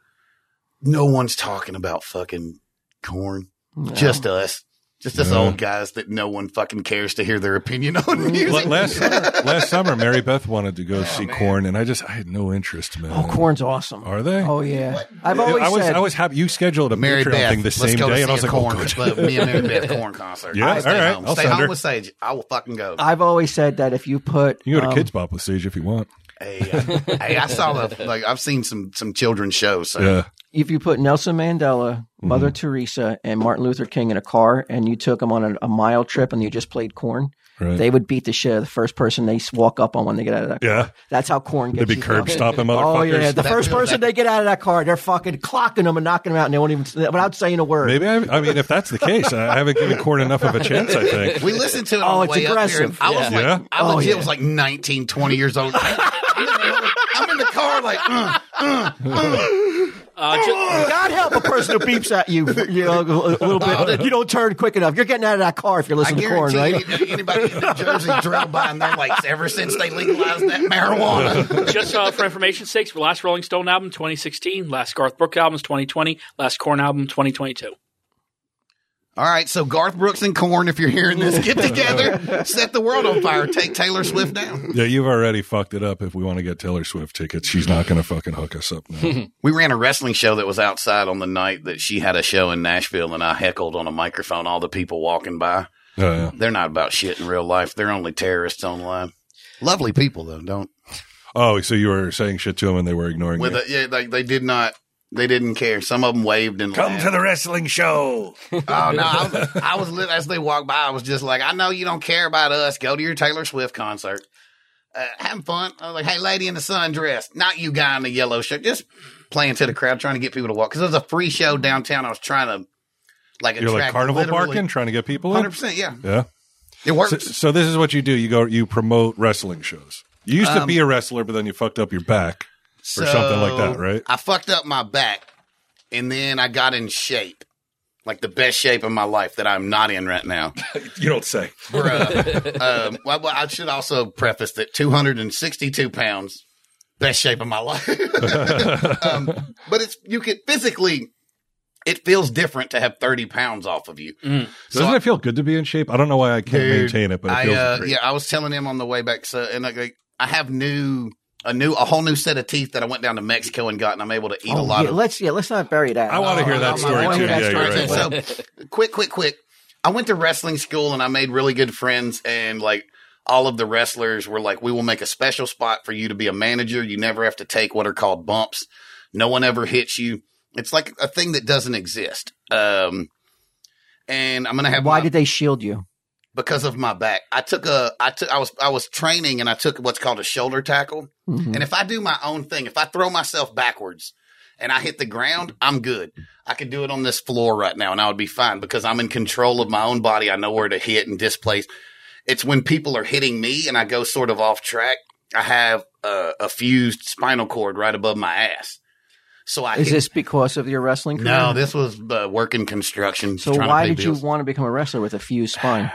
C: No one's talking about fucking Corn. Just us. Just us
A: Yeah. Mm-hmm.
C: old guys that no one fucking cares to hear their opinion on music.
A: La- last summer, last summer, Mary Beth wanted to go
C: Oh,
A: see Corn, and I just I had no interest, man.
D: Oh, corn's awesome.
A: Are they?
D: Oh yeah. I've always
A: I was
D: said
A: I was happy you scheduled a
C: Mary
A: Patreon
C: Beth.
A: thing the
C: let's
A: same
C: go to
A: day,
C: see
A: and I was
C: a
A: like,
C: corn,
A: oh good.
C: but me and Mary Beth corn concert.
A: Yeah,
C: I'll stay
A: all right.
C: Home.
A: I'll
C: stay
A: send
C: home
A: her.
C: with Sage. I will fucking go.
D: I've always said that if you put
A: You can go to
D: um,
A: Kids Bop with Sage if you want.
C: hey, uh, hey, I saw the like. I've seen some some children's shows. So.
A: Yeah,
D: if you put Nelson Mandela,
A: Mm-hmm.
D: Mother Teresa, and Martin Luther King in a car, and you took them on a, a mile trip, and you just played corn,
A: right.
D: they would beat the shit out of the first person they s- walk up on when they get out of that. car.
A: yeah,
D: That's how corn
A: they'd
D: gets.
A: be
D: you
A: curb
D: fucked.
A: stopping motherfuckers.
D: Oh yeah, the
C: That
D: first
C: feels
D: person
C: that-
D: they get out of that car, they're fucking clocking them and knocking them out, and they won't even without saying a word.
A: Maybe I, I mean if that's the case, I I haven't given Corn enough of a chance. I think.
C: We listened to it.
D: Oh,
C: on the
D: it's
C: way
D: aggressive.
C: Up here, and I was
A: Yeah.
C: like, I
D: Oh,
C: legit
D: yeah.
C: was like 19, 20 years old. I'm in the car like, uh,
E: Uh, ju-
D: God help a person who beeps at you, you know, a little bit. You don't turn quick enough. You're getting out of that car if you're
C: I
D: listening to corn,
C: guarantee
D: right?
C: any- anybody in New Jersey drove by and they're like, ever since they legalized that marijuana.
E: just uh, for information's sake, last Rolling Stone album 2016, last Garth Brooks album is 2020, last Corn album 2022.
C: All right, so Garth Brooks and Corn, if you're hearing this, get together, set the world on fire, take Taylor Swift down.
A: Yeah, you've already fucked it up. If we want to get Taylor Swift tickets, she's not going to fucking hook us up now.
C: We ran a wrestling show that was outside on the night that she had a show in Nashville, and I heckled on a microphone all the people walking by.
A: Oh, yeah.
C: They're not about shit in real life. They're only terrorists online. Lovely people, though. Don't
A: Oh, so you were saying shit to him and they were ignoring
C: with
A: you.
C: a, yeah, like they did not. They didn't care. Some of them waved and
A: Come
C: laughed.
A: to the wrestling show.
C: Oh no! I was, I was lit as they walked by. I was just like, I know you don't care about us. Go to your Taylor Swift concert. Uh, having fun. I was like, hey, lady in the sundress, not you guy in the yellow shirt. Just playing to the crowd, trying to get people to walk because it was a free show downtown. I was trying to like
A: You're like
C: attract
A: carnival
C: literally-
A: barking, trying to get people
C: Hundred
A: in.
C: percent, yeah,
A: Yeah.
C: it
A: So,
C: works.
A: so this is what you do. You go. You promote wrestling shows. You used to be a wrestler, but then you fucked up your back.
C: So,
A: something like that, right?
C: I fucked up my back, and then I got in shape, like the best shape of my life that I'm not in right now.
A: You don't say.
C: Bruh. um, well, well, I should also preface that 262 pounds, best shape of my life. um, but it's you can physically, it feels different to have 30 pounds off of you.
A: Doesn't it feel good to be in shape? I don't know why I can't
C: Dude,
A: maintain it, but it
C: I,
A: feels
C: uh,
A: great.
C: yeah, I was telling him on the way back. So, and I, I have new, a new, a whole new set of teeth that I went down to Mexico and got, and I'm able to eat a
D: Oh,
C: lot
D: yeah,
C: of.
D: let's yeah, let's not bury that. Uh,
A: I want to hear
C: Oh,
A: that
C: I
A: story
D: wanna
A: too.
D: hear that
A: Yeah,
D: story
A: you're
D: too.
A: right.
C: So, quick, quick, quick. I went to wrestling school and I made really good friends, and like all of the wrestlers were like, "We will make a special spot for you to be a manager. You never have to take what are called bumps. No one ever hits you. It's like a thing that doesn't exist." Um, and I'm gonna have
D: Why
C: my-
D: did they shield you?
C: because of my back. I took a I took I was I was training and I took what's called a shoulder tackle.
D: Mhm.
C: And if I do my own thing, if I throw myself backwards and I hit the ground, I'm good. I could do it on this floor right now and I would be fine because I'm in control of my own body. I know where to hit and displace. It's when people are hitting me and I go sort of off track. I have uh, a fused spinal cord right above my ass. So I
D: Is
C: hit-
D: this because of your wrestling career?
C: no, this was uh, work in construction.
D: So
C: trying to
D: why
C: pay
D: did you
C: bills.
D: want to become a wrestler with a fused spine?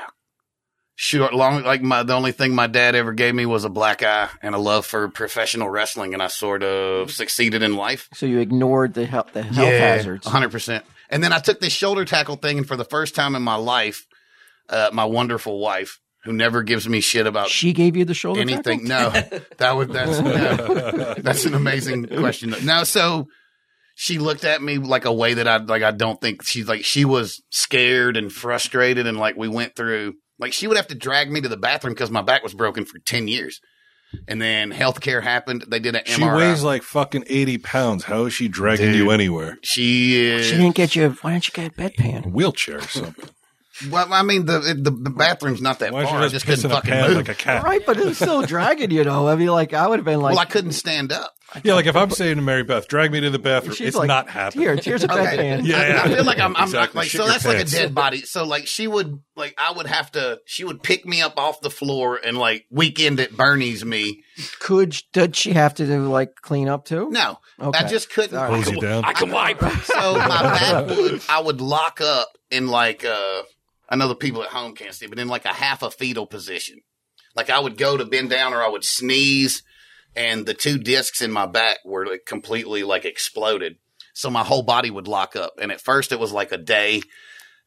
C: short long like my the only thing my dad ever gave me was a black eye and a love for professional wrestling and i sort of succeeded in life
D: So you ignored the health the health hazards.
C: Uh-huh. 100% and then i took this shoulder tackle thing and for the first time in my life uh, my wonderful wife who never gives me shit about
D: She gave you the shoulder.
C: anything no that would that's no. that's an amazing question no so she looked at me like a way that i like i don't think she's like she was scared and frustrated and like we went through like she would have to drag me to the bathroom because my back was broken for 10 years and then healthcare happened they did an
A: She
C: mri
A: weighs like fucking 80 pounds. How is she dragging
C: Dude.
A: you anywhere?
C: she
D: tackle?
C: is
D: She didn't get you. Why didn't you get a bedpan?
A: A wheelchair or something.
C: well i mean the, the the bathroom's not that
A: Why
C: far i
A: is she
C: just
A: just pissing
C: couldn't
A: a
C: fucking
A: pad
C: move
A: like a cat?
D: Right, but it was still dragging you though. I mean, like I would have been like,
C: well i couldn't stand up
A: Yeah, like if I'm saying to Mary Beth, drag me to the bathroom,
D: she's
A: it's
D: like,
A: not happening.
D: Here, here's a bedpan.
A: Yeah,
C: I,
A: yeah.
C: I feel like I'm, I'm
A: Exactly.
C: like
A: Shit
C: so
A: your
C: that's
A: pants.
C: like a dead body. So like she would like I would have to she would pick me up off the floor and like weekend at Bernie's me.
D: Could did she have to do like clean up too?
C: No,
D: Okay.
C: I just couldn't.
D: All
A: Hose you down.
E: I can wipe.
C: So my back would I would lock up in like uh I know the people at home can't see, but in like a half a fetal position. Like I would go to bend down or I would sneeze, and the two discs in my back were like completely like exploded. So my whole body would lock up. And at first it was like a day,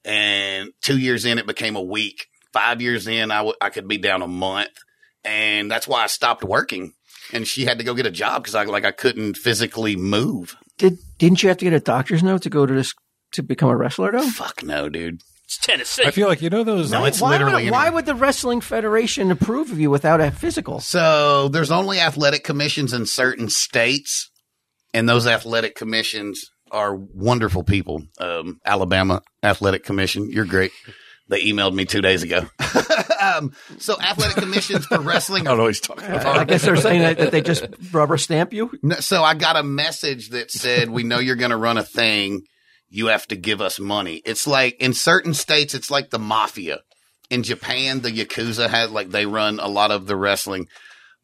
C: and two years in it became a week. Five years in, I w- I could be down a month, and that's why I stopped working. And she had to go get a job because I like I couldn't physically move.
D: Did didn't you have to get a doctor's note to go to this to become a wrestler though?
C: Fuck no, dude.
E: It's Tennessee.
A: I feel like you know those.
C: No, it's
D: why
C: literally.
D: Would, why
C: anywhere.
D: would the wrestling federation approve of you without a physical?
C: so there's only athletic commissions in certain states, and those athletic commissions are wonderful people. Um, Alabama Athletic Commission, you're great. They emailed me two days ago. um, so athletic commissions for wrestling
A: I
C: are
A: don't know what he's talking about.
D: I guess they're saying that, that they just rubber stamp you.
C: No, so I got a message that said, "We know you're going to run a thing. You have to give us money." It's like in certain states, it's like the mafia. In Japan, the yakuza has like they run a lot of the wrestling,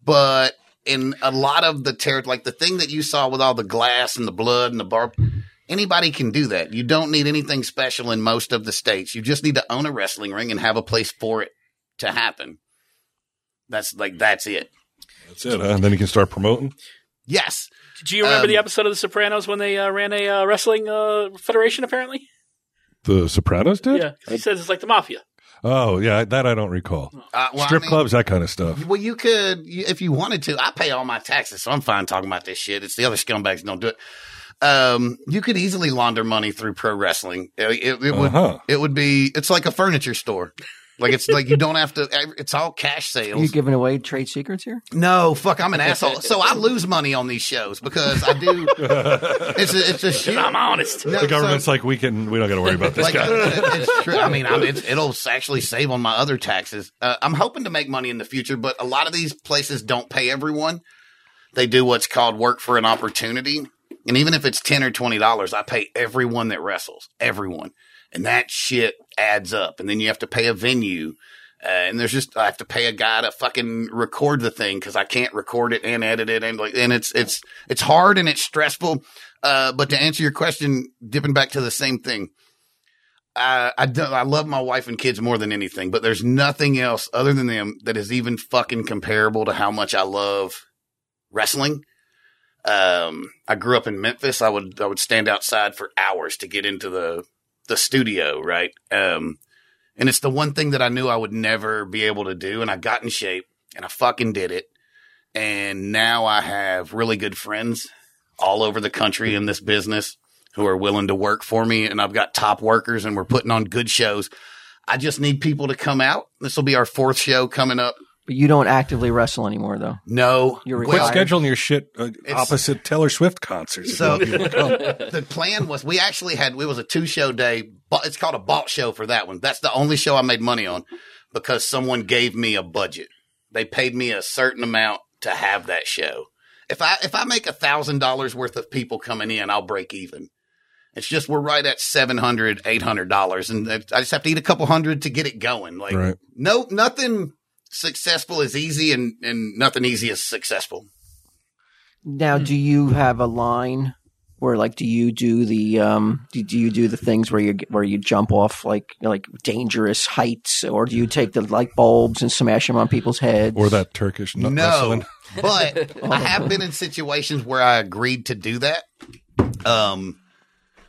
C: but in a lot of the terror, like the thing that you saw with all the glass and the blood and the barb, anybody can do that. You don't need anything special in most of the states. You just need to own a wrestling ring and have a place for it to happen. That's like that's it.
A: That's it, huh? And then you can start promoting.
C: Yes.
E: Do you remember
C: Um,
E: the episode of The Sopranos when they uh, ran a uh, wrestling uh, federation? Apparently,
A: The Sopranos did?
E: yeah. 'Cause He says it's like the mafia.
A: Oh, yeah. That I don't recall.
C: Uh, well, I
A: Strip
C: mean-
A: clubs, that kind of stuff.
C: Well, you could you- if you wanted to. I pay all my taxes, so I'm fine talking about this shit. It's the other scumbags that don't do it. Um, you could easily launder money through pro wrestling. It, it- it would
A: Uh-huh.
C: it would be it's like a furniture store. Like it's like you don't have to. It's all cash
D: Are you
C: sales.
D: giving away trade secrets here?
C: no, fuck, I'm an asshole. So I lose money on these shows because I do. it's a, it's a shit.
E: I'm honest.
C: No,
A: The government's
C: so-
A: like, we can, we don't got to worry about this
C: like, uh,
A: guy.
C: it's true. I mean, I'm, it's, it'll actually save on my other taxes. Uh, I'm hoping to make money in the future, but a lot of these places don't pay everyone. They do what's called work for an opportunity, and even if it's ten or twenty dollars, I pay everyone that wrestles, everyone, and that shit adds up. And then you have to pay a venue, Uh, and there's just I have to pay a guy to fucking record the thing because I can't record it and edit it and like and it's it's it's hard and it's stressful. Uh, but to answer your question, dipping back to the same thing, I I, do, I love my wife and kids more than anything, but there's nothing else other than them that is even fucking comparable to how much I love wrestling. Um, I grew up in Memphis. I would I would stand outside for hours to get into the the studio, right? Um, and it's the one thing that I knew I would never be able to do. And I got in shape and I fucking did it. And now I have really good friends all over the country in this business who are willing to work for me. And I've got top workers and we're putting on good shows. I just need people to come out. This will be our fourth show coming up.
D: But you don't actively wrestle anymore, though.
C: No,
D: You're
A: Quit
D: Well,
A: scheduling your shit uh,
C: it's-
A: opposite Taylor Swift concerts. if
C: So-
A: you want people to come.
C: the plan was we actually had it was a two show day, but it's called a bought show for that one. That's the only show I made money on because someone gave me a budget. They paid me a certain amount to have that show. If I if I make a thousand dollars worth of people coming in, I'll break even. It's just we're right at seven hundred, eight hundred dollars, and I just have to eat a couple hundred to get it going. Like
A: Right.
C: no, nothing successful is easy, and and nothing easy is successful.
D: Now,
C: Hmm.
D: do you have a line where, like, do you do the um, do, do you do the things where you where you jump off like like dangerous heights, or do you take the light bulbs and smash them on people's heads?
A: or that Turkish nut wrestling.
C: but
D: Oh.
C: I have been in situations where I agreed to do that. Um,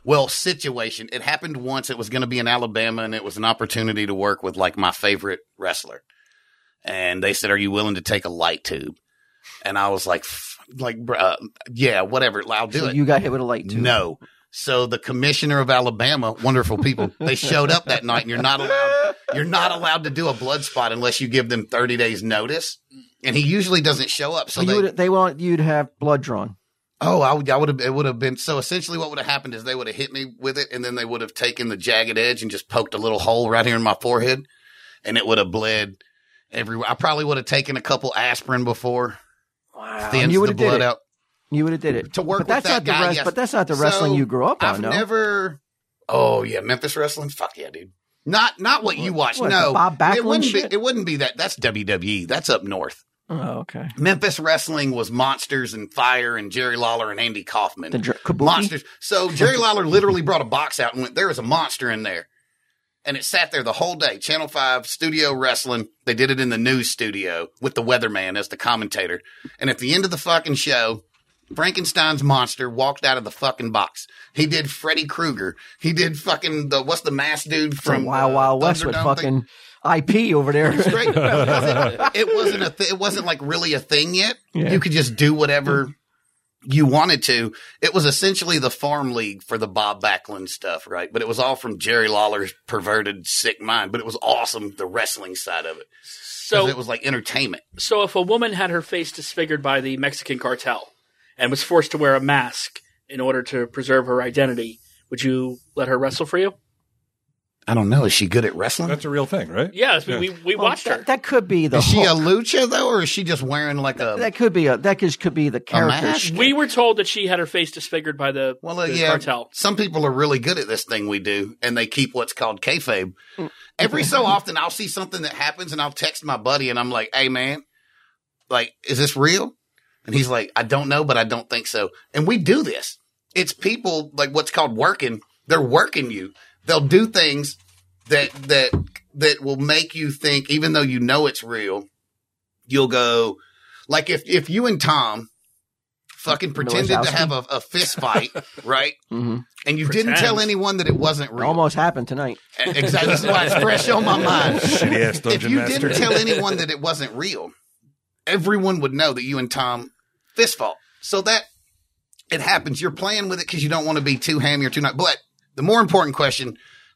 C: well, situation. It happened once. It was going to be in Alabama, and it was an opportunity to work with like my favorite wrestler. And they said, "Are you willing to take a light tube?" And I was like, f- "Like, bruh, yeah, whatever. I'll do
D: So
C: it."
D: you got hit with a light too.
C: No. So the commissioner of Alabama, wonderful people, they showed up that night, and you're not allowed. You're not allowed to do a blood spot unless you give them 30 days notice. And he usually doesn't show up. So
D: But you
C: they,
D: would, they want you to have blood drawn.
C: oh, I would, I would have. It would have been so. Essentially, what would have happened is they would have hit me with it, and then they would have taken the jagged edge and just poked a little hole right here in my forehead, and it would have bled everywhere. I probably would have taken a couple aspirin before
D: Wow.
C: thins
D: you would
C: the
D: have did
C: blood
D: it.
C: out.
D: You would have did it
C: To work
D: But that's
C: with
D: not
C: that
D: the
C: guy,
D: rest.
C: yes.
D: But that's not the wrestling
C: So,
D: you grew up on.
C: I've
D: no.
C: never. Oh yeah, Memphis wrestling. Fuck yeah, dude. Not not what, you watch.
D: what, the
C: no,
D: Bob Backlund
C: it wouldn't
D: shit?
C: be. It wouldn't be that. That's WWE. That's up north.
D: oh, okay.
C: Memphis wrestling was monsters and fire and Jerry Lawler and Andy Kaufman.
D: The dr- kabuki.
C: monsters. So Jerry Lawler literally brought a box out and went, "There is a monster in there," and it sat there the whole day. Channel Five Studio Wrestling. They did it in the news studio with the weatherman as the commentator. And at the end of the fucking show, Frankenstein's monster walked out of the fucking box. He did Freddy Krueger. He did fucking the what's the mask dude
D: From
C: from
D: Wild
C: uh,
D: Wild West with
C: Thunderdome thing?
D: fucking IP over there.
C: It's great. It wasn't, it wasn't a. Th- it wasn't like really a thing yet.
D: Yeah.
C: You could just do whatever you wanted to. It was essentially the farm league for the Bob Backlund stuff, right? But it was all from Jerry Lawler's perverted, sick mind. But it was awesome. The wrestling side of it. 'Cause
E: So
C: it was like entertainment.
E: So if a woman had her face disfigured by the Mexican cartel and was forced to wear a mask in order to preserve her identity, would you let her wrestle for you?
C: I don't know. Is she good at wrestling?
A: That's a real thing, right?
E: Yes, we, we, we
D: Well,
E: watched her.
D: That, that could be the.
C: is she a
D: hook.
C: lucha though, or is she just wearing like a?
D: that could be a. That just could be the character.
C: mask?
E: we were told that she had her face disfigured by the,
C: Well, uh,
E: the
C: yeah,
E: cartel.
C: some people are really good at this thing we do, and they keep what's called kayfabe. Every so often, I'll see something that happens, and I'll text my buddy, and I'm like, "Hey, man, like, is this real?" And he's like, "I don't know, but I don't think so." And we do this. It's people like what's called working. They're working you. They'll do things that that that will make you think, even though you know it's real. You'll go like if if you and Tom fucking pretended
D: Milazowski?
C: to have a, a fist fight, right?
D: hmm
C: and you didn't
E: Pretend.
C: tell anyone that it wasn't real. E-,
D: Almost happened tonight.
C: Exactly. This is why it's fresh on my mind.
A: Shitty ass
C: If
A: dungeon
C: you
A: master.
C: didn't tell anyone that it wasn't real, everyone would know that you and Tom fist fought. So that it happens. You're playing with it because you don't want to be too hammy or too not. But the more important question: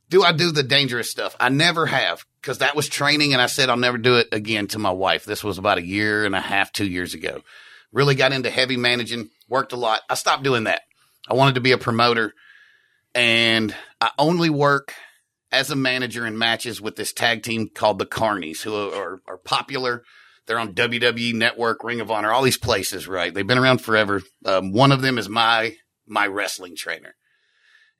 C: Do I do the dangerous stuff? I never have because that was training, and I said I'll never do it again to my wife. This was about a year and a half, two years ago. Really got into heavy managing, worked a lot. I stopped doing that. I wanted to be a promoter, and I only work as a manager in matches with this tag team called the Carnies, who are, are popular. They're on WWE Network, Ring of Honor, all these places, right? They've been around forever. Um, one of them is my my wrestling trainer,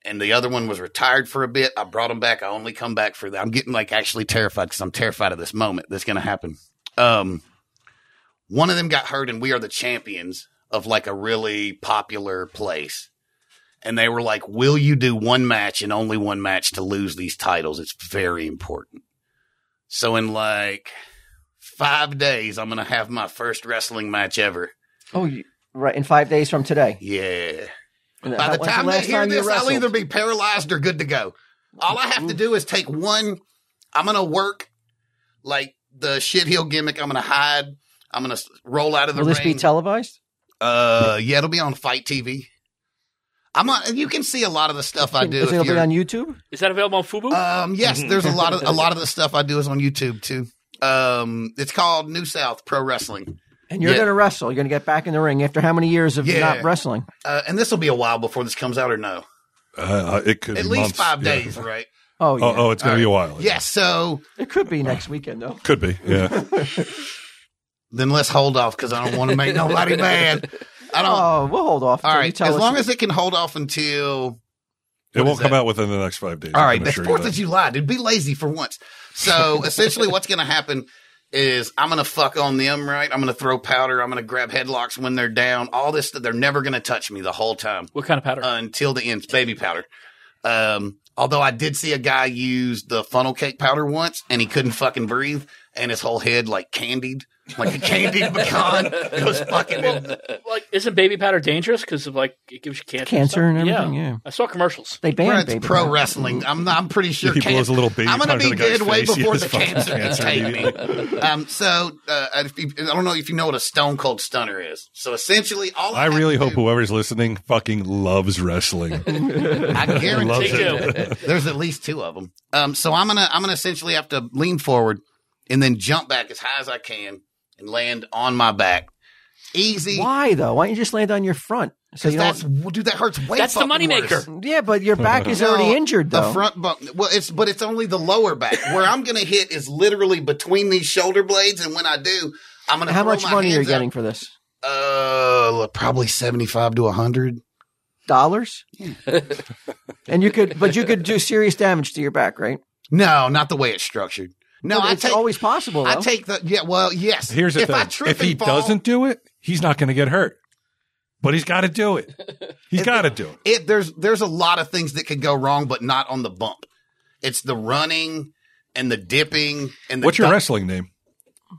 C: and the other one was retired for a bit. I brought him back. I only come back for that. I'm getting like actually terrified because I'm terrified of this moment that's going to happen. Um, one of them got hurt, and we are the champions of like a really popular place. And they were like, Will you do one match and only one match to lose these titles? It's very important. So, in like five days, I'm going to have my first wrestling match ever.
D: Oh, you- right. In five days from today.
C: Yeah.
D: And that
C: By the
D: was
C: time they
D: last
C: hear
D: time you
C: this, I'll
D: wrestled. Mm.
C: either be paralyzed or good to go. All I have to do is take one. I'm gonna work like the shit heel gimmick. I'm gonna hide. I'm gonna s- roll out of the
D: Will this
C: ring.
D: be televised?
C: uh, yeah, it'll be on Fight TV. I'm on. You can see a lot of the stuff I do.
D: Is
C: if
D: it
C: you're-
D: on YouTube?
E: Is that available on Fubu?
C: um, yes,
A: Mm-hmm.
C: there's a lot of a lot of the stuff I do is on YouTube too. Um, it's called New South Pro Wrestling,
D: And you're
C: Yeah.
D: going to wrestle. You're going to get back in the ring after how many years of
C: Yeah.
D: not wrestling?
C: uh, and this will be a while before this comes out or no?
A: Uh, it could
C: At
A: be
C: least
A: months,
C: five
A: yeah.
C: days, right?
D: Oh, yeah.
A: Oh, oh, it's gonna
C: All
A: be a while.
C: Yes. so
D: It could be next weekend, though.
A: could be. Yeah,
C: then let's hold off because I don't want to make nobody mad. I don't.
D: Oh, we'll hold off. until
C: all
D: you
C: right,
D: tell
C: as
D: us-
C: long as it can hold off until
A: it
C: What
A: won't
C: is
A: come
C: that?
A: out within the next five days.
C: all
A: I
C: right.
A: can
C: That's
A: assure you
C: Fourth
A: that.
C: of July, dude. Be lazy for once. So essentially, what's going to happen is I'm going to fuck on them, right? I'm going to throw powder. I'm going to grab headlocks when they're down. All this that they're never going to touch me the whole time
E: what kind of pattern?
C: until the end. Baby powder. Um, although I did see a guy use the funnel cake powder once, and he couldn't fucking breathe, and his whole head like candied, like a candied pecan. It was fucking.
E: like, isn't baby powder dangerous because of like it gives you cancer?
D: Cancer and
E: stuff?
D: everything, yeah.
E: I saw commercials.
D: they
C: Bro,
D: banned
C: it's
D: baby.
C: pro
D: powder.
C: wrestling. I'm I'm pretty sure
A: He blows a little baby
C: I'm gonna
A: powder
C: be
A: in the guy's
C: dead way
A: face. He
C: before
A: has
C: the
A: fucking
C: cancer can
A: cancer
C: take me. Um, so uh, if you, I don't know if you know what a Stone Cold Stunner is. So essentially, all I,
A: I
C: have
A: really
C: to
A: hope
C: do,
A: whoever's listening fucking loves wrestling.
C: I guarantee
A: loves
E: it.
C: you, there's at least two of them. Um, so I'm gonna I'm gonna essentially have to lean forward and then jump back as high as I can and land on my back. Easy.
D: Why though? Why don't you just land on your front? So you
C: That's
D: don't.
C: dude. That hurts way.
E: That's the
C: fucking
E: moneymaker.
C: worse.
D: Yeah, but your back is already
C: No,
D: injured though.
C: The front bump. Well, it's but it's only the lower back. Where I'm going to hit is literally between these shoulder blades, and when I do, I'm going to.
D: How much money are you getting for this?
C: Uh, probably seventy-five to hundred.
D: Dollars. and you could, but you could do serious damage to your back, right?
C: No, not the way it's structured. No,
D: But
C: I
D: it's
C: take.
D: always possible. Though.
C: I take the yeah. Well, yes.
A: Here's the
C: if
A: thing:
C: I trip
A: if he
C: and fall,
A: doesn't do it, he's not going to get hurt. But he's got to do it. He's got to do it.
C: it there's there's a lot of things that could go wrong, but not on the bump. It's the running and the dipping and the
A: What's your
C: duck-
A: wrestling name?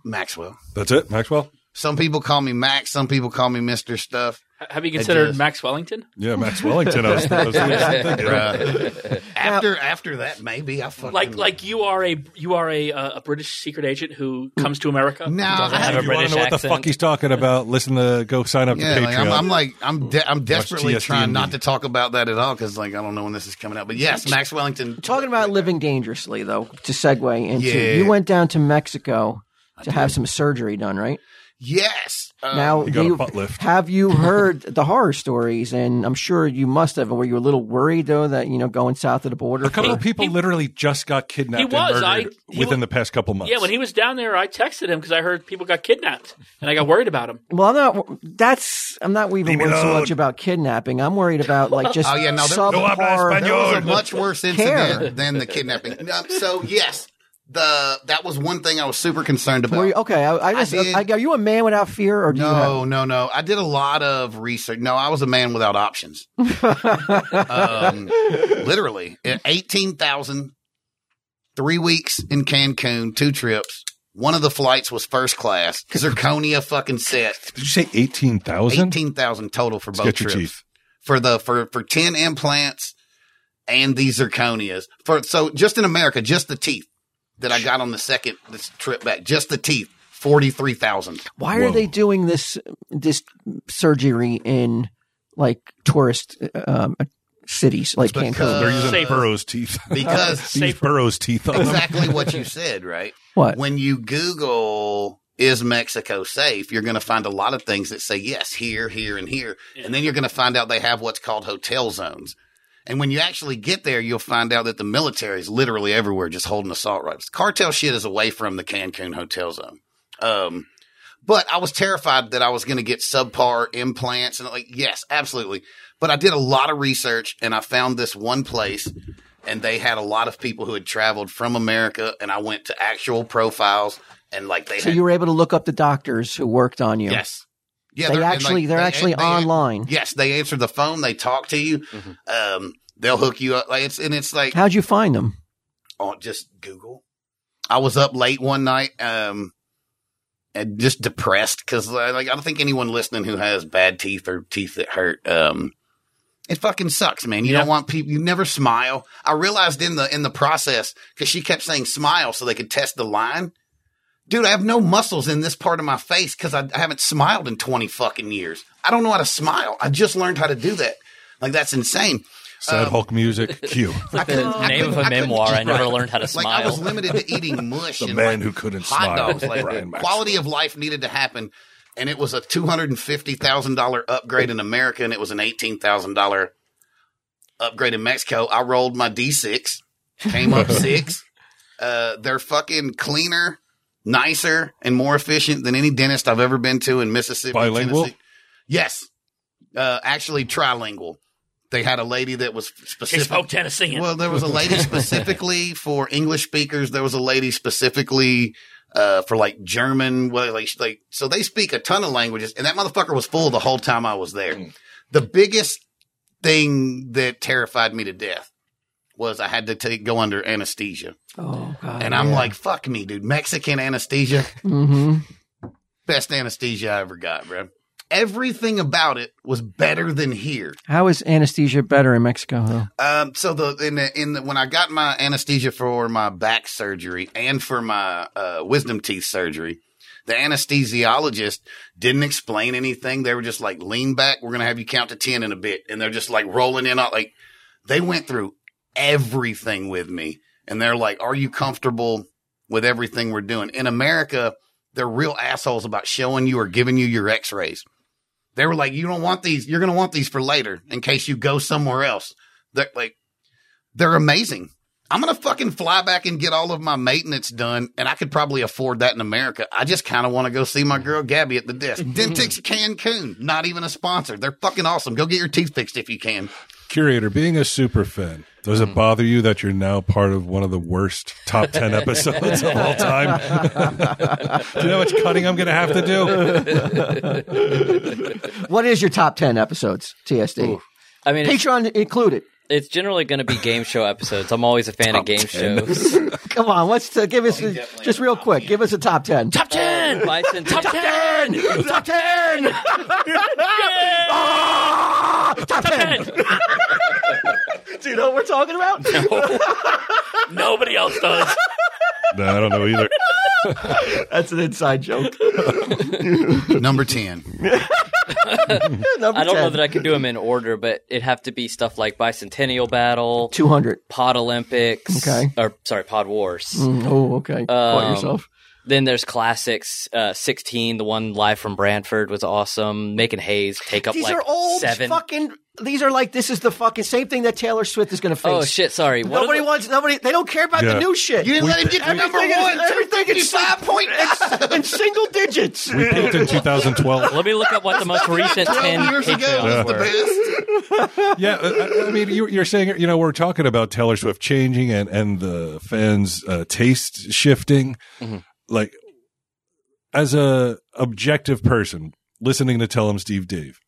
C: Maxwell.
A: That's it, Maxwell.
C: Some people call me Max. Some people call me Mister Stuff.
E: H- Have you considered
C: just-
E: Max Wellington?
A: Yeah, Max Wellington. I was, I was doing something.
C: Bruh. Uh, after after that, maybe I fucking
E: Like like you are a you are a uh, a British secret agent who comes to America.
C: No,
A: If
C: I
B: Doesn't have a
C: haven't-
A: you want
B: British
A: to know what the
B: accent.
A: fuck he's talking about, listen to go sign up
C: yeah,
A: to Patreon.
C: like, I'm, I'm like I'm de- I'm desperately
A: TSD
C: trying
A: and
C: not
A: me.
C: to talk about that at all because like I don't know when this is coming out. But yes, Max Wellington
D: Talking about living dangerously, though, to segue into,
C: Yeah.
D: you went down to Mexico to have some surgery done, right?
C: yes. Uh,
D: now,
A: got a
D: you-
A: butt lift.
D: have you heard the horror stories? And I'm sure you must have. Were you a little worried though that you know going south of the border?
A: a couple of people
E: he-
A: literally just got kidnapped
E: he was,
A: and
E: I-
A: murdered
E: he
A: within
E: wa-
A: the past couple months.
E: Yeah, when he was down there, I texted him because I heard people got kidnapped, and I got worried about him.
D: well, I'm not. That's I'm not even
A: Leave me
D: worried so
A: alone.
D: much about kidnapping. I'm worried about like just
C: Oh, yeah, no, there-
D: sub
A: No habla
C: there
A: español.
C: was a much worse incident
D: Oh, Care.
C: than the kidnapping. No, so yes, the that was one thing I was super concerned about.
D: Were you, okay, I, I just
C: did.
D: I, are you a man without fear or do you have,
C: No, no, no. I did a lot of research. No, I was a man without options. um, literally, Eh, 18,000, three weeks in Cancun, two trips. One of the flights was first class. Zirconia fucking set.
A: Did you say eighteen thousand?
C: 18,000 total for both
A: Get your
C: trips.
A: teeth.
C: For the for for 10 implants and these zirconias. For so just in America, just the teeth that I got on the second this trip back, just the teeth, 43,000.
D: Why are
A: Whoa.
D: they doing this this surgery in like tourist um, cities like Cancun?
C: because-
A: They're using
E: Safer.
A: Burrow's teeth.
C: Uh, Because
A: They use Burrow's teeth. On them.
C: exactly what you said, right?
D: What?
C: When you Google is Mexico safe, you're going to find a lot of things that say yes here, here, and here. And then you're going to find out they have what's called hotel zones. And when you actually get there, you'll find out that the military is literally everywhere just holding assault rifles. Cartel shit is away from the Cancun hotel zone. Um, But I was terrified that I was going to get subpar implants and like, yes, absolutely. But I did a lot of research and I found this one place and they had a lot of people who had traveled from America and I went to actual profiles and like they
D: So
C: had,
D: you were able to look up the doctors who worked on you.
C: yes. Yeah,
D: they
C: and, like,
D: actually they're
C: they-
D: actually
C: they-
D: online.
C: Yes, they answer the phone, they talk to you.
D: Mm-hmm.
C: Um, they'll hook you up like it's and it's like
D: How'd you find them?
C: on just Google. I was up late one night, um, and just depressed because like I don't think anyone listening who has bad teeth or teeth that hurt, um, it fucking sucks, man. You
E: Yeah.
C: don't want people. You never smile. I realized in the in the process because she kept saying smile so they could test the line. Dude, I have no muscles in this part of my face because I, I haven't smiled in twenty fucking years. I don't know how to smile. I just learned how to do that. Like that's insane.
A: Sad Hulk music. Cue
B: Like the
C: couldn't- I
B: name of
C: couldn't-
B: a
C: I couldn't
B: memoir. I
C: eat
B: never
C: right.
B: learned how to
C: Like
B: smile.
C: I was limited to eating mush.
A: the
C: and,
A: man
C: like,
A: who couldn't
C: hot
A: smile.
C: dogs. Like
A: Brian Maxwell.
C: quality of life needed to happen, and it was a two hundred and fifty thousand dollar upgrade in America, and it was an eighteen thousand dollar upgrade in Mexico. I rolled my D six, came up six. Uh, they're fucking cleaner, nicer, and more efficient than any dentist I've ever been to in Mississippi.
A: Bilingual?
C: Tennessee. Yes, uh, actually trilingual. They had a lady that was
E: She
C: specific.
E: spoke Tennessean.
C: Well, there was a lady specifically for English speakers. There was a lady specifically uh, for like German. Well, like, like so they speak a ton of languages, and that motherfucker was full the whole time I was there. The biggest thing that terrified me to death was I had to take go under anesthesia,
D: Oh God.
C: and I'm like, "Fuck me, dude! Mexican anesthesia,
D: hmm
C: best anesthesia I ever got, bro." Everything about it was better than here.
D: How is anesthesia better in Mexico? Though?
C: Um, so the in the in the when I got my anesthesia for my back surgery and for my uh, wisdom teeth surgery, the anesthesiologist didn't explain anything. They were just like, "Lean back. We're gonna have you count to ten in a bit," and they're just like rolling in. on Like they went through everything with me, and they're like, "Are you comfortable with everything we're doing?" In America, they're real assholes about showing you or giving you your X-rays. They were like, "You don't want these. You're gonna want these for later in case you go somewhere else." They're like, they're amazing. I'm gonna fucking fly back and get all of my maintenance done, and I could probably afford that in America. I just kind of want to go see my girl Gabby at the desk. Dentix Cancun, not even a sponsor. They're fucking awesome. Go get your teeth fixed if you can.
A: Curator, being a super fan, does
C: Mm.
A: it bother you that you're now part of one of the worst top 10 episodes of all time? do you know how much cutting I'm going to have to do?
D: What is your top ten episodes? TSD
B: I mean, it's,
D: Patreon included.
B: it's generally going to be game show episodes. I'm always a fan of game shows.
D: Come on, let's uh, give us a, just real quick. Give us a top ten. Top
E: ten!
B: Bison,
E: Top ten!
D: Top ten. Ah, top ten. Do you know what we're talking about?
E: Nobody else does.
A: No, I don't know either.
D: That's an inside joke.
C: Number ten.
D: Number
B: I don't know
D: 10.
B: that I could do them in order, but it'd have to be stuff like Bicentennial Battle,
D: 200.
B: Pod Olympics,
D: Okay.
B: or sorry, Pod Wars.
D: Oh, okay. Caught
B: Um,
D: yourself.
B: Then there's classics, uh, 16, the one live from Branford was awesome. Making Hayes take up
D: These
B: like
D: are old
B: seven.
D: fucking. These are like this is the fucking same thing that Taylor Swift is going to face.
B: oh shit, sorry. One of
D: Nobody
B: the-
D: wants nobody. They don't care about
A: Yeah.
D: the new shit.
C: You didn't let him get to number
D: everything
C: one.
D: Is, everything is
C: five point.
D: it's in single digits.
A: We peaked in 2012.
B: Let me look up what the most recent 10
C: Twelve years ago
B: Patreons
C: was the
B: were.
C: best.
A: Yeah, I, I mean, you, you're saying, you know, we're talking about Taylor Swift changing and, and the fans' uh, taste shifting.
B: Mm-hmm.
A: Like, as a objective person listening to Tell Him Steve Dave,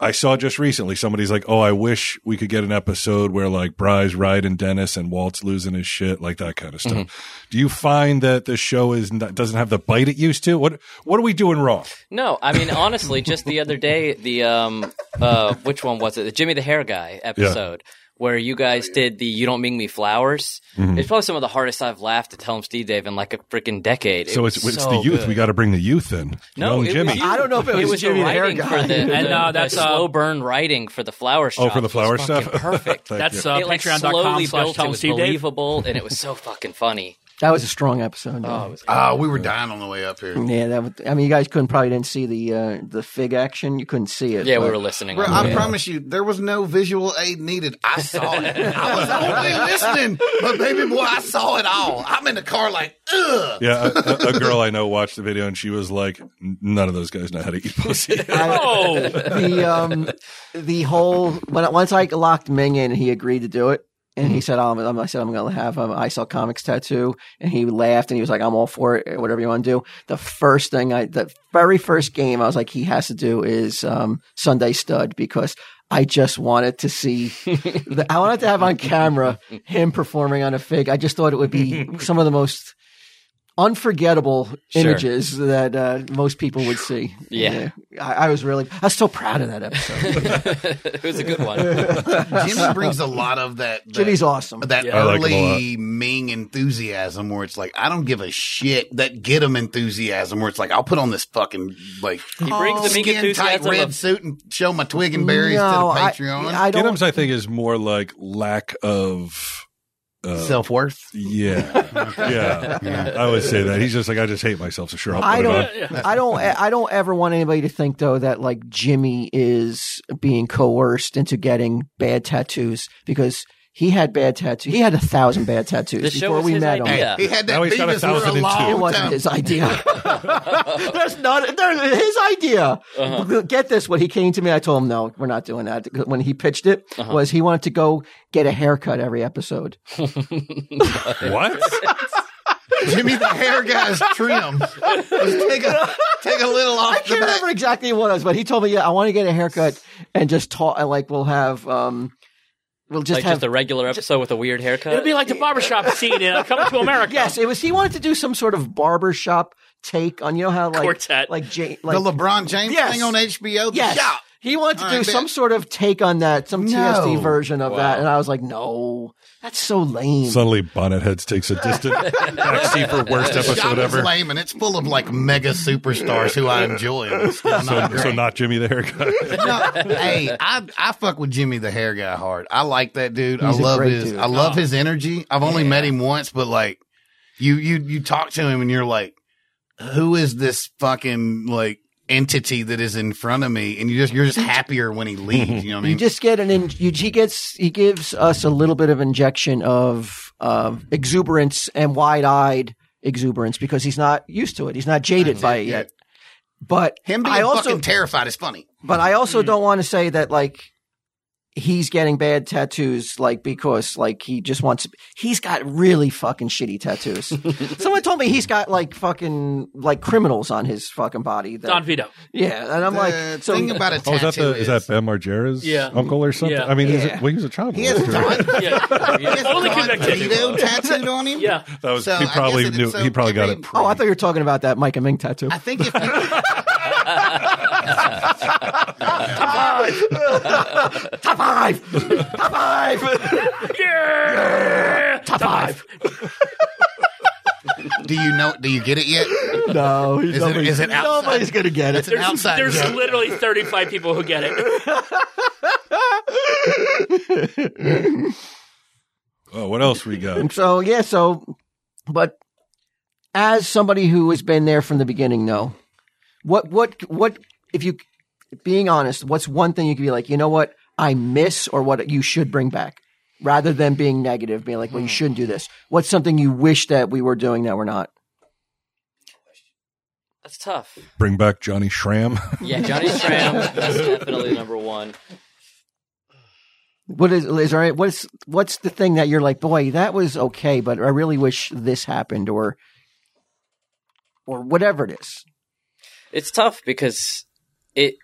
A: I saw just recently somebody's like, "Oh, I wish we could get an episode where like Bry's riding Dennis and Walt's losing his shit, like that kind of stuff."
B: Mm-hmm.
A: Do you find that the show is not, doesn't have the bite it used to? What What are we doing wrong?
B: No, I mean honestly, just the other day, the um, uh, which one was it? The Jimmy the Hair Guy episode where you
D: Oh,
B: guys did the "You Don't Ming Me Flowers."
A: Mm-hmm.
B: It's probably some of the hardest I've laughed to tell him Steve Dave in like a freaking decade.
A: so
B: It
A: it's
B: was
A: it's
B: so
A: the youth.
B: good.
A: We got to bring the youth in.
B: no,
A: Young
B: it
A: Jimmy.
B: Was,
D: I don't know if it was
B: the
D: Jimmy the Hair
B: writing
D: Guy.
B: for the,
D: And,
B: the,
E: uh,
B: the
E: that's, uh,
B: slow burn writing for the flower shop.
A: oh, for the flower
B: was fucking
A: stuff.
B: perfect.
A: Thank
E: That's
A: you.
E: uh,
B: it like
E: patreon.com
B: slowly
E: slash
B: built. It
E: Tom
B: was
E: Steve Dave.
B: believable, and it was so fucking funny.
D: That was a strong episode.
B: Oh, it was
C: Oh, we were dying on the way up here.
D: yeah, that. Was, I mean, you guys couldn't probably didn't see the uh, the fig action. You couldn't see it.
B: yeah, we
D: but-
B: were listening.
C: Bro,
B: on the
C: I
B: way.
C: promise you, there was no visual aid needed. I saw it. I was only listening, but baby boy, I saw it all. I'm in the car like, ugh.
A: Yeah, a, a, a girl I know watched the video and she was like, "None of those guys know how to eat pussy."
E: Oh,
D: the um the whole when once I locked Ming in and he agreed to do it and he said I'm, I'm- I said I'm gonna have an I saw comics tattoo and he laughed and he was like I'm all for it eh, whatever you want to do the first thing I the very first game I was like he has to do is um Sunday Stud because I just wanted to see the, I wanted to have on camera him performing on a fig I just thought it would be some of the most unforgettable
B: Sure.
D: images that uh, most people would see
B: Yeah.
D: I, I was really, I was so proud of that episode.
B: it was a good one.
C: Jimmy brings a lot of that. that
D: Jimmy's awesome.
C: That
A: I like him a lot.
C: early Ming enthusiasm where it's like, I don't give a shit. That get him enthusiasm where it's like, I'll put on this fucking like
B: He brings the meek
C: skin tight
B: enthusiasm.
C: red
B: Of,
C: suit and show my twig and berries
D: No,
C: to the
D: I-
C: Patreon.
D: I, don't.
A: Giddums, I think, is more like lack of. Uh,
C: Self worth.
A: yeah, yeah, I would say that he's just like I just hate myself, so sure I'll put
D: I
A: it on.
D: don't.
E: Yeah, yeah.
D: I don't. I don't ever want anybody to think though that like Jimmy is being coerced into getting bad tattoos because he had bad tattoos. He had a thousand bad tattoos
B: This show
D: before
B: was
D: we
B: his
D: met
B: idea.
D: him.
B: Yeah.
C: He had that
A: Now he's got a
C: Beavis for
A: thousand
C: a
A: and two.
D: It
C: long
D: wasn't
C: time.
D: his idea. There's not. There's his idea. Get this. When he came to me, I told him, "No, we're not doing that." When he pitched it, was he wanted to go get a haircut every episode?
A: What?
C: Jimmy the hair guy's trim. Just take a take a little off
D: I
C: the
D: can't
C: back.
D: remember exactly what it was, but he told me, "Yeah, I want to get a haircut and just talk. And like, we'll have, um, we'll just
B: like
D: have."
B: just a regular episode with a weird haircut.
E: it'd be like the barbershop scene in uh, Coming to America.
D: yes, it was. He wanted to do some sort of barbershop take on you know how like
E: Quartet.
D: like Jane, like
C: the LeBron James
D: Yes.
C: thing on HBO. The
D: yes.
C: shop.
D: He wanted to
C: All
D: do
C: right,
D: some
C: bitch.
D: sort of take on that, some
C: No.
D: TSD version of
B: Wow.
D: that, and I was like, "No, that's so lame."
A: Suddenly, Bonnetheads takes a distant backseat for worst
C: Shop
A: episode
C: is
A: ever.
C: lame and it's full of like mega superstars who I enjoy. and it's still
A: so,
C: not
A: so
C: great.
A: not Jimmy the haircut.
C: No, hey, I I fuck with Jimmy the hair guy hard. I like that dude.
D: He's
C: I
D: a
C: love
D: great
C: his
D: dude.
C: I love his energy. I've only met him once, but like you you you talk to him and you're like, who is this fucking like entity that is in front of me? And you just you're just happier when he leaves. You know what I
D: you
C: mean?
D: just get an in, you, he gets he gives us a little bit of injection of of exuberance and wide eyed exuberance because he's not used to it. He's not jaded by it
C: yeah.
D: yet. But
C: him being
D: I also
C: fucking terrified is funny.
D: but I also don't want to say that like he's getting bad tattoos like because like he just wants he's got really fucking shitty tattoos. Someone told me he's got like fucking like criminals on his fucking body. That,
E: Don Vito.
D: yeah, and I'm
C: The
D: like so
C: thing about a tattoo
A: Oh, is that the
C: is
A: is that Ben Margera's
E: Yeah.
A: uncle or something?
E: Yeah.
A: I mean, he's
D: Yeah.
A: a, well, he was a child.
C: he has
A: molester, right?
C: Don, he
E: Yeah.
C: has
E: Only
C: Don
E: convicted.
C: Vito tattooed on him.
E: Yeah.
A: That was
C: So
A: he
C: I
A: probably
C: guess it-
A: knew.
C: so
A: he probably got
C: every-
A: it.
D: Oh, I thought you were talking about that Mike and Ming tattoo.
C: I think if you,
D: Top five! Top five!
E: Yeah.
D: Top five!
C: do you know do you get it yet?
D: No,
C: Is it, is it outside?
D: nobody's gonna get
C: It's
D: it.
C: an outside.
E: There's
C: joke.
E: literally 35 people who get it.
A: Oh, what else we got?
D: So yeah, so but as somebody who has been there from the beginning, no. What what what if you being honest, what's one thing you could be like, you know what, I miss or what you should bring back? Rather than being negative, being like, well, you shouldn't do this. What's something you wish that we were doing that we're not?
B: That's tough.
A: Bring back Johnny Shram.
B: Yeah, Johnny Stram. That's definitely number one.
D: What is is there? What's what's the thing that you're like, boy, that was okay, but I really wish this happened, or or whatever it is.
B: It's tough because it.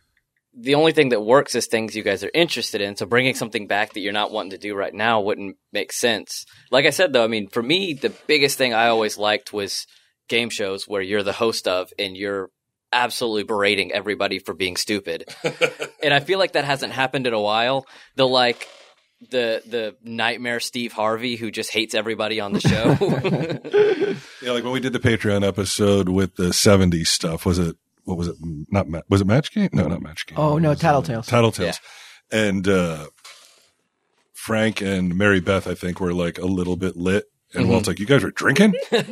B: The only thing that works is things you guys are interested in. So bringing something back that you're not wanting to do right now wouldn't make sense. Like I said, though, I mean, for me, the biggest thing I always liked was game shows where you're the host of and you're absolutely berating everybody for being stupid. and I feel like that hasn't happened in a while. The like the the nightmare Steve Harvey who just hates everybody on the show.
A: yeah, like when we did the Patreon episode with the '70s stuff. Was it what was it? Not ma- was it Match Game? No, not Match Game.
D: Oh no,
A: Tattletales.
D: Tattletales.
A: And uh, Frank and Mary Beth, I think, were like a little bit lit. And
D: Mm-hmm.
A: Walt's like, you guys are drinking?
B: One of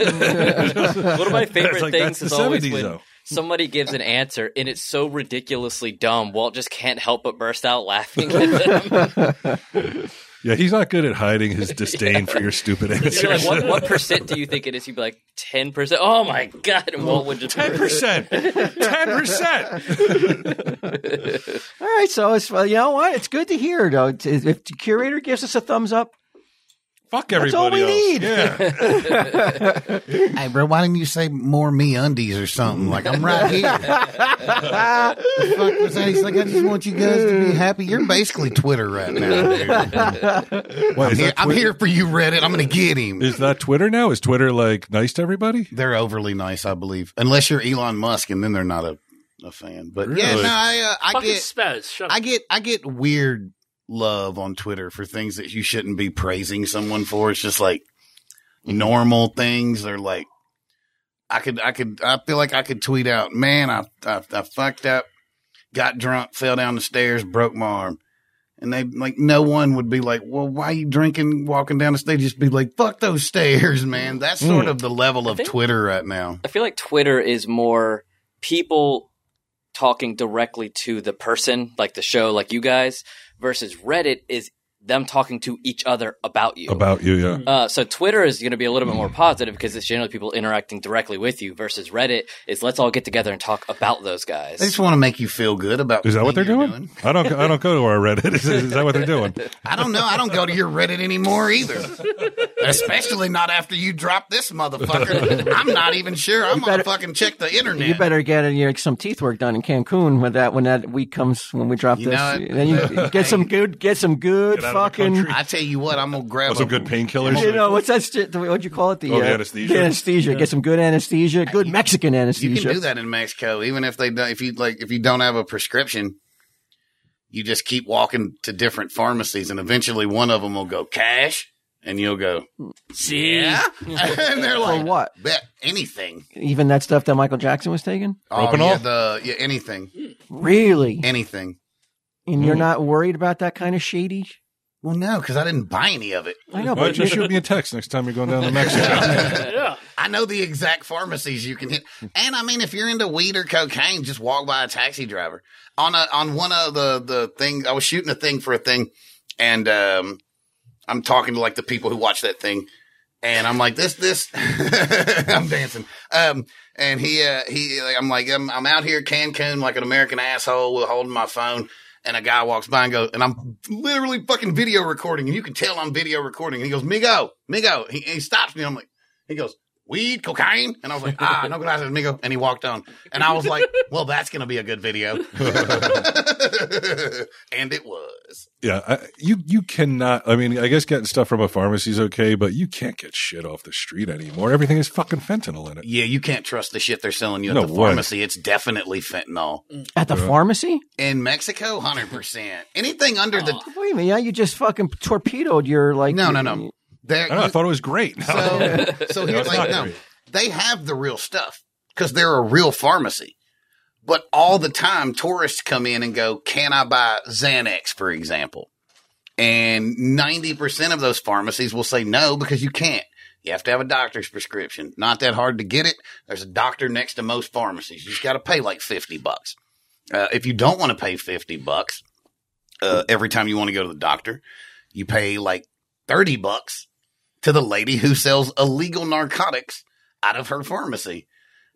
B: my favorite
A: It's like, that's
B: things
A: the
B: is always
A: 70s
B: when
A: though.
B: somebody gives an answer and it's so ridiculously dumb, Walt just can't help but burst out laughing at them.
A: Yeah, he's not good at hiding his disdain for your stupid
B: You'd be like,
A: answers.
B: what, what percent do you think it is? He'd be like, 10%. Oh my God. And Walt would just.
A: Ten percent, ten percent.
D: All right, so it's well, you know what? It's good to hear though. It's- If the curator gives us a thumbs up,
A: Fuck everybody.
D: That's all we
A: else.
D: need.
A: Yeah,
C: Hey, bro, why didn't you say more me undies or something? Like, I'm right here. the fuck was that? He's like, I just want you guys to be happy. You're basically Twitter right now, dude.
A: Why,
C: I'm
A: is
C: here,
A: that
C: I'm
A: Twitter-
C: here for you, Reddit. I'm going to get him.
A: Is that Twitter now? Is Twitter like nice to everybody?
C: They're overly nice, I believe. Unless you're Elon Musk, and then they're not a, a fan. But yeah,
A: Really?
C: no, I, uh, I
E: Fucking
C: get
E: Spez. Shut up.
C: I get I get weird love on Twitter for things that you shouldn't be praising someone for. It's just like normal things or like I could I could I feel like I could tweet out, man, I I, I fucked up, got drunk, fell down the stairs, broke my arm. And they like no one would be like, Well, why you drinking walking down the stairs? Just be like, fuck those stairs, man. That's sort
A: Hmm.
C: of the level of
B: think-
C: Twitter right now.
B: I feel like Twitter is more people talking directly to the person, like the show, like you guys, versus Reddit is them talking to each other about you.
A: About you, yeah.
B: Uh, so Twitter is going to be a little bit more positive because it's generally people interacting directly with you versus Reddit is let's all get together and talk about those guys.
C: They just want to make you feel good about
A: Is that what they're
C: you're
A: doing? I don't. I don't go to our Reddit. Is, is that what they're doing?
C: I don't know. I don't go to your Reddit anymore either. Especially not after you drop this motherfucker. I'm not even sure. I'm
D: better-
C: gonna fucking check the internet.
D: you better get uh, your- some teeth work done in Cancun when that when that week comes when we drop
C: You
D: this.
C: know it.
D: Then you get some good get some good
A: out of the
D: fucking.
A: country.
C: I tell you what, I'm gonna grab
A: Oh, some
C: a-
A: good painkillers.
D: You know what's that? shit- What'd you call it? The, uh,
A: Oh, the anesthesia.
D: the anesthesia. Get some good anesthesia. Good Mexican
C: You
D: anesthesia.
C: can do that in Mexico, even if they don't. If you like, if you don't have a prescription, you just keep walking to different pharmacies, and eventually one of them will go cash, and you'll go
E: See?
C: yeah, and
D: Mm.
C: they're
D: For
C: like
D: what?
C: Bet anything.
D: Even that stuff that Michael Jackson was taking.
C: Oh,
A: Open
C: yeah,
A: all?
C: the yeah, anything,
D: Really?
C: anything.
D: And
C: Mm-hmm.
D: you're not worried about that kind of shady?
C: Well, no, because I didn't buy any of it.
D: I know,
A: Why
D: but
A: don't you
D: you,
A: shoot me a text next time you're going down to Mexico?
E: Yeah.
C: I know the exact pharmacies you can hit. And I mean, if you're into weed or cocaine, just walk by a taxi driver. On a on one of the the things, I was shooting a thing for a thing, and um, I'm talking to like the people who watch that thing, and I'm like, this this, I'm dancing. Um, and he uh he, like, I'm like, I'm I'm out here Cancun like an American asshole, with holding my phone. And a guy walks by and goes, and I'm literally fucking video recording, and you can tell I'm video recording. And he goes, Migo, Migo. He, he stops me. I'm like, he goes, weed, cocaine? And I was like, ah, no gracias, amigo. And he walked on. And I was like, well, that's going to be a good video. and it was.
A: yeah, I, you you cannot. I mean, I guess getting stuff from a pharmacy is okay, but you can't get shit off the street anymore. Everything is fucking fentanyl in it.
C: Yeah, you can't trust the shit they're selling you at
A: No
C: the
A: way.
C: pharmacy. It's definitely fentanyl.
D: at the pharmacy?
C: In Mexico, 100%. Anything under the.
D: Wait a minute, yeah, you just fucking torpedoed your like.
C: No, no, no. There,
A: I, don't know, I thought it was great.
C: so, so
A: No,
C: here's
A: it's
C: like,
A: not
C: no,
A: great.
C: they have the real stuff because they're a real pharmacy. But all the time, tourists come in and go, Can I buy Xanax, for example? And 90% of those pharmacies will say no because you can't. You have to have a doctor's prescription. Not that hard to get it. There's a doctor next to most pharmacies. You just got to pay like 50 bucks. Uh, if you don't want to pay 50 bucks uh, every time you want to go to the doctor, you pay like 30 bucks to the lady who sells illegal narcotics out of her pharmacy.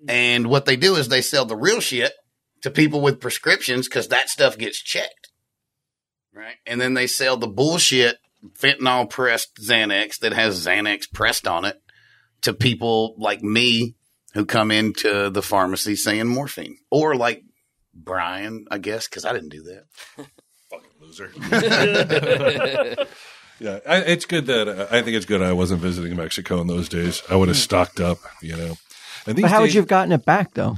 C: And what they do is they sell the real shit to people with prescriptions because that stuff gets checked. Right. And then they sell the bullshit fentanyl pressed Xanax that has Xanax pressed on it to people like me who come into the pharmacy saying morphine or like Brian, I guess, because I didn't do that.
A: loser. yeah, I, it's good that uh, I think it's good I wasn't visiting Mexico in those days. I would have stocked up, you know. And these
D: But how would
A: days-
D: you have gotten it back though?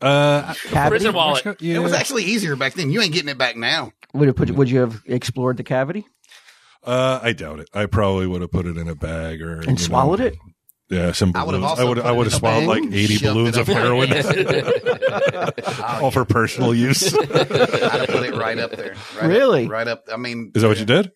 A: Uh,
D: Cavity
E: Prison wallet.
A: Mexico- yeah.
C: It was actually easier back then. You ain't getting it back now.
D: would have put. Would you have explored the cavity
A: uh, I doubt it. I probably would have put it in a bag or
D: and swallowed it?
A: Yeah, some
C: I would
A: balloons.
C: have
A: I
C: also
A: would
C: put
A: I
C: it
A: would have
C: in a
A: swallowed
C: bag
A: like
C: and
A: eighty
C: shoved it
A: balloons of
C: up my
A: heroin,
C: Oh,
A: all for personal use. Is
C: I put it right up there. Right up-
D: Really?
C: right up. I mean,
A: that what you did?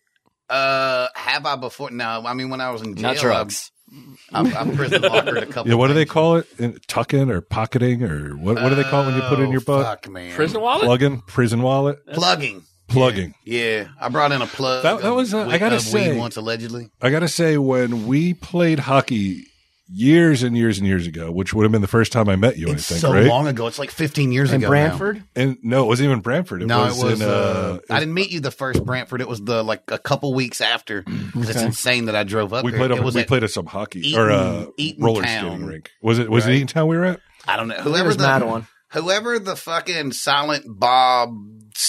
C: Uh, have I before? No, I mean when I was in jail,
B: Not drugs.
C: I, I'm, I'm prison lockered a couple.
A: Yeah, what do they
C: times.
A: call it? In- Tucking or pocketing or what? What do they call it when you put it in your
C: Oh,
A: butt?
C: Fuck, man.
E: Prison wallet?
A: Plugging, prison wallet,
C: plugging.
A: plugging.
C: Yeah, I brought in a plug.
A: That- that
C: of
A: was, uh, I
C: weed-
A: gotta
C: of weed
A: say-
C: once allegedly.
A: I gotta say, when we played hockey years and years and years ago, which would have been the first time I met you,
C: It's
A: I think,
C: so
A: right?
C: long ago. It's like 15 years
D: in
C: ago. now.
D: Brantford.
A: And no, it wasn't even Brantford. It
C: No,
A: was,
C: it was.
A: in,
C: uh,
A: uh,
C: I didn't meet you the first Brantford. It was the like a couple weeks after. 'Cause It's
D: Okay.
C: insane that I drove up.
A: we
C: here.
A: played.
C: It
A: Up,
C: was
A: we
C: at-
A: played at some hockey
C: Eaton-
A: or uh,
C: Eaton
A: roller
C: Town.
A: skating rink. Was it? Was it Eaton Town we were at?
C: I don't know.
D: It
C: Whoever
D: was
C: the
D: Madeline.
C: whoever the fucking Silent Bob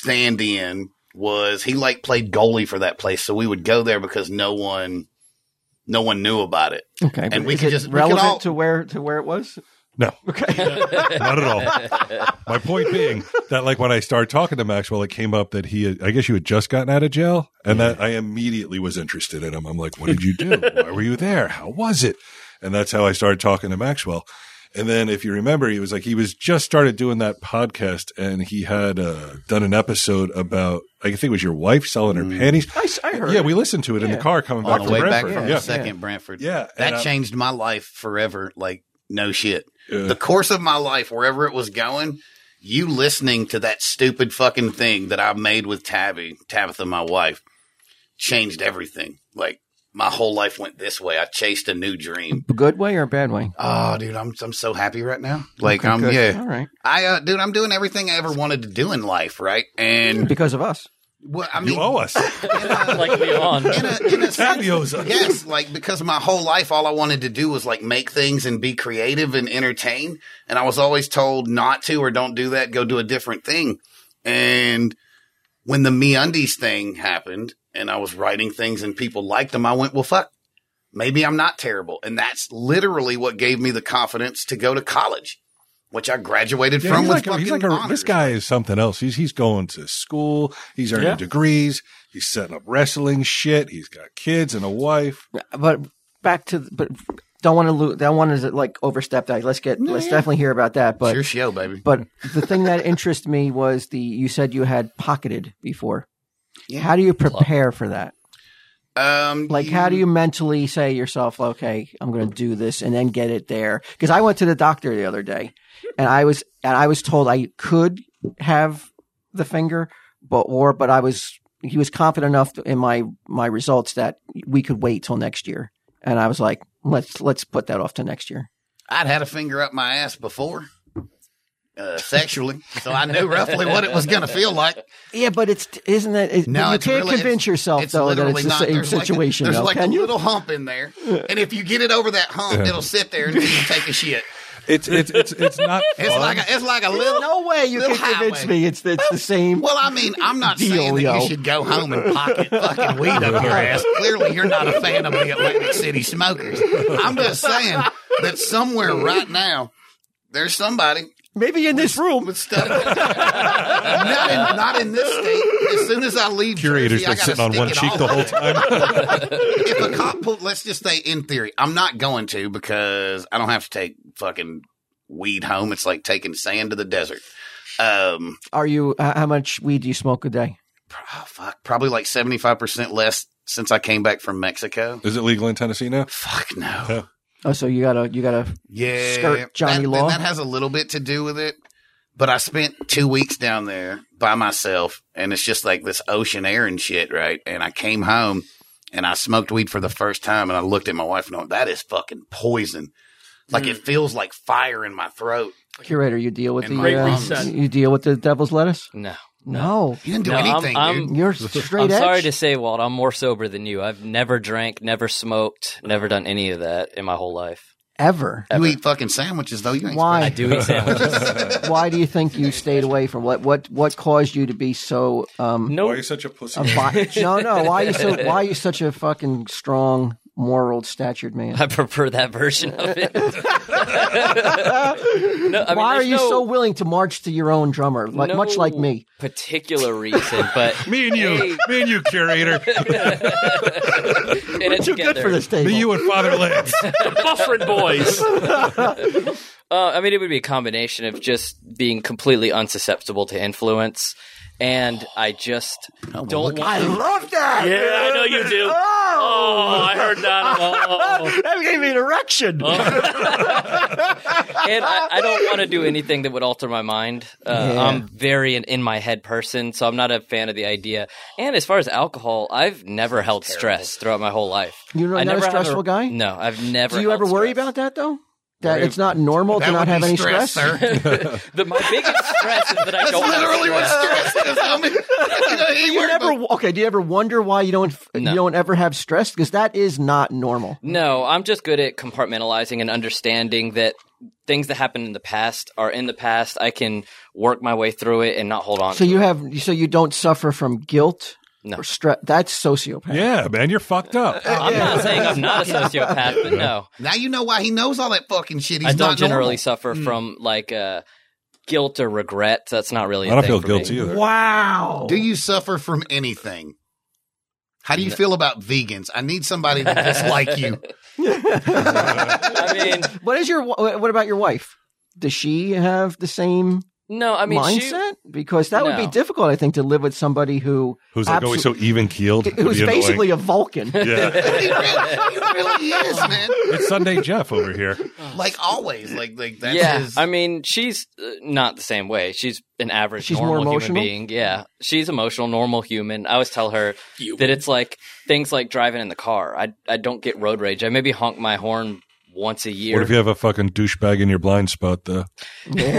C: stand-in was, he like played goalie for that place. So we would go there because no one, no one knew about it.
D: Okay, but
C: we
D: is
C: could
D: it
C: just- we could
D: relevant
C: all-
D: to where to where it was.
A: No,
D: Okay,
A: not at all. My point being that, like, when I started talking to Maxwell, it came up that he, had, I guess, you had just gotten out of jail, and that I immediately was interested in him. I'm like, "What did you do? Why were you there? How was it?" And that's how I started talking to Maxwell. And then, if you remember, he was like, he was just started doing that podcast, and he had uh, done an episode about, I think it was your wife selling her panties.
D: I, s- I heard.
A: Yeah,
D: it.
A: we listened to it in the
D: Yeah.
A: car coming back
C: on the
A: from
C: way
A: Brentford.
C: back from
A: yeah.
C: the second Brantford.
A: Yeah,
C: that
A: and I-
C: changed my life forever. Like no shit,
A: Yeah.
C: the course of my life, wherever it was going, you listening to that stupid fucking thing that I made with Tabby, Tabitha, my wife, changed everything. Like my whole life went this way. I chased a new dream.
D: A good way or a bad way.
C: Oh, dude, I'm I'm so happy right now. Like I'm
D: Good.
C: yeah.
D: All right,
C: I uh, dude, I'm doing everything I ever wanted to do in life, right? And
D: because of us.
C: well, I mean,
A: You owe us.
B: like Leon.
C: in a, in a sense,
A: Tabby owes us.
C: yes, like because my whole life, all I wanted to do was like make things and be creative and entertain. And I was always told not to or don't do that, go do a different thing. And when the MeUndies thing happened and I was writing things and people liked them, I went, well, fuck, maybe I'm not terrible. And that's literally what gave me the confidence to go to college, which I graduated
A: Yeah,
C: from
A: he's
C: with
A: like, a- he's
C: fucking
A: like a-
C: honors.
A: this guy is something else. He's he's going to school. He's earning
E: Yeah.
A: degrees. He's setting up wrestling shit. He's got kids and a wife.
D: But back to the- but don't want to lose. Don't want to like overstep that. Let's get. Let's definitely hear about that.
C: It's
D: But
C: your show, baby.
D: but the thing that interested me was the you said you had pocketed before.
C: Yeah.
D: How do you prepare for that?
C: Um,
D: Like, how do you mentally say to yourself, okay, I'm going to do this and then get it there? Because I went to the doctor the other day and I was, and I was told I could have the finger, but, or, but I was, he was confident enough in my, my results that we could wait till next year. And I was like, let's, let's put that off to next year.
C: I'd had a finger up my ass before, uh, sexually, so I knew roughly what it was going to feel like.
D: Yeah, but it's, isn't that, it,
C: No,
D: you
C: it's
D: can't
C: really-
D: convince
C: it's-
D: yourself
C: it's
D: though that
C: literally
D: it's the
C: not.
D: same
C: There's like a-
D: situation.
C: there's
D: though,
C: like
D: can
C: a
D: you?
C: little hump in there, and if you get it over that hump, it'll sit there until you take a shit.
A: It's it's it's it's not.
C: It's
A: fun.
C: like a, it's like a
D: There's
C: little.
D: no way you
C: little
D: can convince
C: highway.
D: me it's, it's the same.
C: Well, I mean, I'm not saying that
D: Dealio.
C: you should go home and pocket fucking weed up your ass. Clearly, you're not a fan of the Atlantic City smokers. I'm just saying that somewhere right now, there's somebody
D: Maybe in this room.
C: with stuff. not, in, not in this state. As soon as I leave,
A: curator's
C: Jersey, I
A: been
C: gotta
A: sitting on
C: stick
A: one
C: it
A: cheek
C: all
A: the whole
C: over.
A: time.
C: If a cop pulled, let's just say in theory, I'm not going to because I don't have to take fucking weed home. It's like taking sand to the desert. Um,
D: Are you? h- How much weed do you smoke a day?
C: pro- oh, fuck, probably like 75% less since I came back from Mexico.
A: Is it legal in Tennessee now?
C: Fuck no.
D: Oh, so you gotta, you gotta.
C: Yeah,
D: Skirt Johnny
C: that,
D: Law.
C: That has a little bit to do with it. But I spent two weeks down there by myself, and it's just like this ocean air and shit, right? And I came home and I smoked weed for the first time, and I looked at my wife and I went, "That is fucking poison. Like
B: Mm.
C: it feels like fire in my throat."
D: Curator, you deal with
C: And
D: the.
E: Great
D: uh,
E: reset.
D: you deal with the devil's lettuce.
B: No.
D: No,
C: You didn't do
B: No, I'm-
C: anything,
B: I'm-
C: dude.
D: you're straight
B: I'm
D: edge.
B: sorry to say, Walt, I'm more sober than you. I've never drank, never smoked, never done any of that in my whole life.
D: ever.
C: You eat fucking sandwiches though. You ain't
D: Why?
B: I do eat sandwiches.
D: Why do you think you stayed away from what? What? What caused you to be so? Um,
A: Why are
B: no,
A: you such a pussy?
D: avi- no, no. Why are you so? Why are you such a fucking strong, moral, statured man?
B: I prefer that version of it. no, I mean,
D: why are
B: there's
D: you
B: no-
D: so willing to march to your own drummer, like, much like
B: no
D: me?
B: Particular reason, but
A: Me and you, me and you, curator.
B: in it
D: Too
B: together.
D: good for this table.
A: Me, you, and Father Lance.
E: The buffering boys.
B: Uh, I mean, it would be a combination of just being completely unsusceptible to influence and I just
D: Oh,
B: don't want.
D: I love that.
E: Yeah, I know you do. Oh, I heard that. Oh.
D: That gave me an erection.
B: Oh. and I, I don't want to do anything that would alter my mind. Uh,
D: Yeah.
B: I'm very an in my head person, so I'm not a fan of the idea. And as far as alcohol, I've never held stress throughout my whole life.
D: You're not
B: I
D: a
B: never have
D: stressful guy?
B: No, I've never.
D: do you
B: held
D: ever worry
B: stress.
D: about that though? That it's not normal to not have any stress.
C: sir.
B: The, my biggest stress is that I don't. have
C: Literally, what
B: stress.
C: stress is? I mean, you know, he
D: You
C: worried
D: never
C: about-
D: okay. Do you ever wonder why you don't
B: No.
D: you don't ever have stress? Because that is not normal.
B: No, I'm just good at compartmentalizing and understanding that things that happened in the past are in the past. I can work my way through it and not hold on.
D: So
B: to
D: you
B: it.
D: have so you don't suffer from guilt
B: No.
D: or stress. That's sociopath.
A: Yeah, man, you're fucked up.
B: I'm not saying I'm not a sociopath, but no,
C: now you know why he knows all that fucking shit. He's
B: I don't
C: not Hmm.
B: generally
C: generally.
B: suffer from like uh, guilt or regret. That's not really.
A: I
B: I
A: don't feel guilty either.
D: Wow.
C: Do you suffer from anything? How do you feel about vegans? I need somebody to dislike you.
B: I mean,
D: What is your what about your wife? Does she have the same
B: no, I mean, she-
D: mindset? because that would be
B: No.
D: difficult, I think, to live with somebody who
A: Who's like always so even keeled?
D: absolute- who's basically a Vulcan.
A: yeah.
C: He really, he really is, man.
A: It's Sunday Jeff over here.
C: Like always, like like that's
B: yeah,
C: his.
B: I mean, she's uh, not the same way. She's an average,
D: She's more
B: normal
D: emotional?
B: human being. Yeah, she's emotional, normal human. I always tell her
E: You.
B: that it's like things like driving in the car. I I don't get road rage. I maybe honk my horn once a year.
A: What if you have a fucking douchebag in your blind spot, though?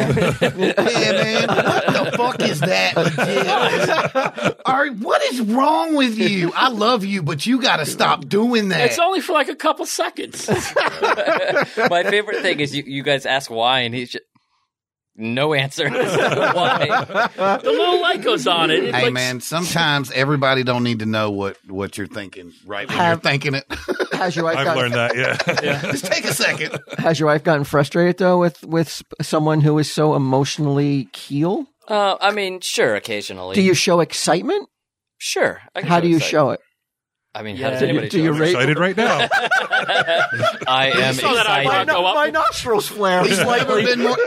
C: Yeah, man. What the fuck is that? legit? All right, what is wrong with you? I love you, but you got to stop doing that.
E: It's only for like a couple seconds.
B: my favorite thing is you, you guys ask why, and he's just, no answer. why?
E: The little light goes on it. it
C: hey,
E: like,
C: man. Sometimes everybody don't need to know what what you're thinking. Right when
D: Have-
C: you're thinking it,
D: Has your wife
A: I've
D: gotten,
A: learned that, yeah.
C: just take a second.
D: has your wife gotten frustrated though with with sp- someone who is so emotionally keel?
B: Uh, I mean, sure, occasionally.
D: Do you show excitement?
B: Sure. I can
D: How do you
B: excitement.
D: show it?
B: I mean, how does
D: Do
E: Yeah.
D: you,
B: anybody
D: do you
B: show it?
D: rate?
A: Excited right now.
B: I am
E: saw that
B: excited.
E: eyebrow go up.
D: My nostrils flare
C: Never
D: slightly.
C: been more-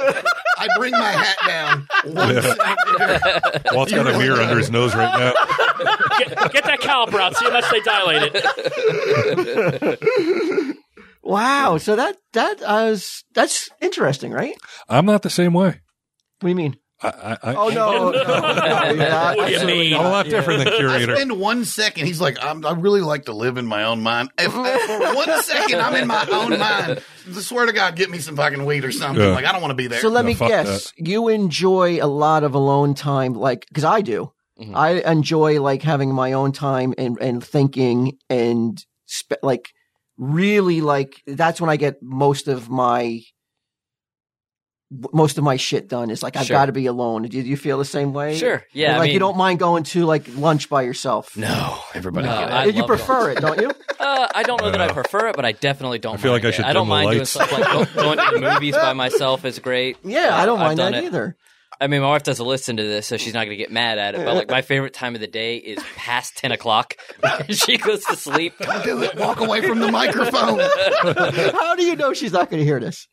C: I bring my hat down. Once.
A: Walt's got a mirror under his nose right now.
E: Get, get that caliper out. See how much they dilate it.
D: Wow. So that that is that's interesting, right?
A: I'm not the same way.
D: What do you mean?
A: I, I, I,
D: Oh no! no, no, yeah,
E: What do you
D: absolutely
E: mean?
A: I'm a lot different than curator.
C: In one second, he's like, I'm, I really like to live in my own mind. If, if for one second I'm in my own mind, I swear to God, get me some fucking weed or something.
A: Yeah.
C: Like, I don't want to be there.
D: So let
A: No,
D: me
A: fuck
D: guess. You enjoy a lot of alone time, like because I do.
B: Mhm.
D: I enjoy like having my own time and and thinking and spe- like really like that's when I get most of my most of my shit done. Is like I've
B: Sure.
D: got to be alone. Do you feel the same way?
B: Sure. Yeah.
D: Like
B: I mean,
D: you don't mind going to like lunch by yourself.
B: No.
A: Oh,
C: Everybody,
B: No,
C: get it.
B: I
D: you
B: love
D: prefer it, don't you?
B: Uh, I don't know that I prefer it, but I definitely don't.
A: I feel
B: mind
A: like I
B: it.
A: should
B: I don't
A: dim the
B: mind doing
A: lights.
B: stuff like go- going, to the movies by myself is great.
D: Yeah, I don't
B: I've
D: mind
B: done
D: that
B: it.
D: either.
B: I mean, my wife doesn't listen to this, so she's not going to get mad at it. But like, my favorite time of the day is past ten o'clock. she goes to sleep.
C: do it. Walk away from the microphone.
D: How do you know she's not going to hear this?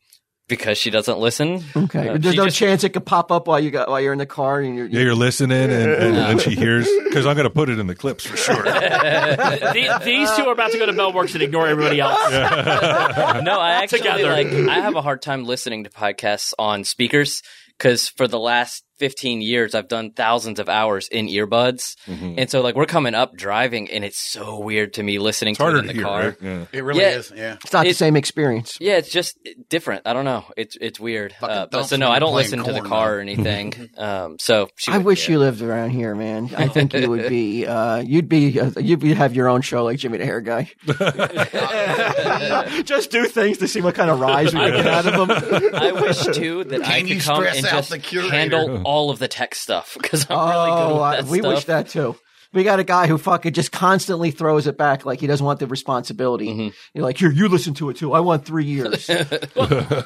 B: because she doesn't listen.
D: Okay,
B: Uh,
D: there's
B: she
D: no
B: just-
D: chance it could pop up while you got while you're in the car and you're.
A: Yeah, you're listening, and, and, and she hears because I'm going to put it in the clips for sure.
E: The- these two are about to go to Bellworks and ignore everybody else.
B: No, I actually
E: Together.
B: like I have a hard time listening to podcasts on speakers because for the last 15 years I've done thousands of hours in earbuds.
A: Mm-hmm.
B: And so like we're coming up driving and it's so weird to me listening
A: It's harder
B: to it in
A: to
B: the
A: hear.
B: car.
A: Right? Yeah.
C: It really
B: Yeah.
C: is. Yeah.
D: it's not the
B: it-
D: same experience.
B: Yeah, it's just different. I don't know. It's it's weird.
C: Fucking
B: Uh, but
C: dumps
B: so no,
C: when
B: I don't
C: you're
B: listen
C: playing
B: to the
C: corn,
B: car
C: though.
B: or anything. um, so she
D: I
B: would-
D: wish
B: yeah.
D: you lived around here, man. I think you would be, uh, you'd be, uh, you'd be have your own show like Jimmy the Hair Guy. just do things to see what kind of rise we get out of them.
B: I wish too that I
C: Can
B: could
C: you
B: come
C: stress
B: and
C: out
B: just
C: the curator?
B: handle all of the tech stuff because I'm really
D: Oh,
B: good
D: I-
B: at that
D: we
B: stuff.
D: wish that too. We got a guy who fucking just constantly throws it back like he doesn't want the responsibility.
B: Mm-hmm.
D: You're like, here, you listen to it too. I want three years.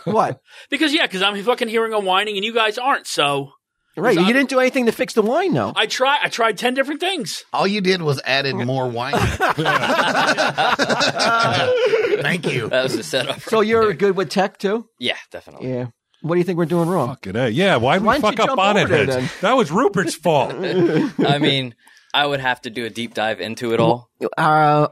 D: what?
E: Because, yeah, because I'm fucking hearing a whining and you guys aren't. So
D: Right. You didn't do anything to fix the wine, though.
E: I try. I tried 10 different things.
C: All you did was added more wine. Thank you.
B: That was the setup. Uh,
D: So you're good with tech too?
B: Yeah, definitely.
D: Yeah. What do you think we're doing wrong?
A: Fucking A. Yeah, why'd
D: Why
A: we
D: don't
A: fuck
D: you
A: up
D: jump
A: bonnet
D: over there,
A: heads?
D: then?
A: That was Rupert's fault.
B: I mean, I would have to do a deep dive into it all.
D: Uh,
C: Are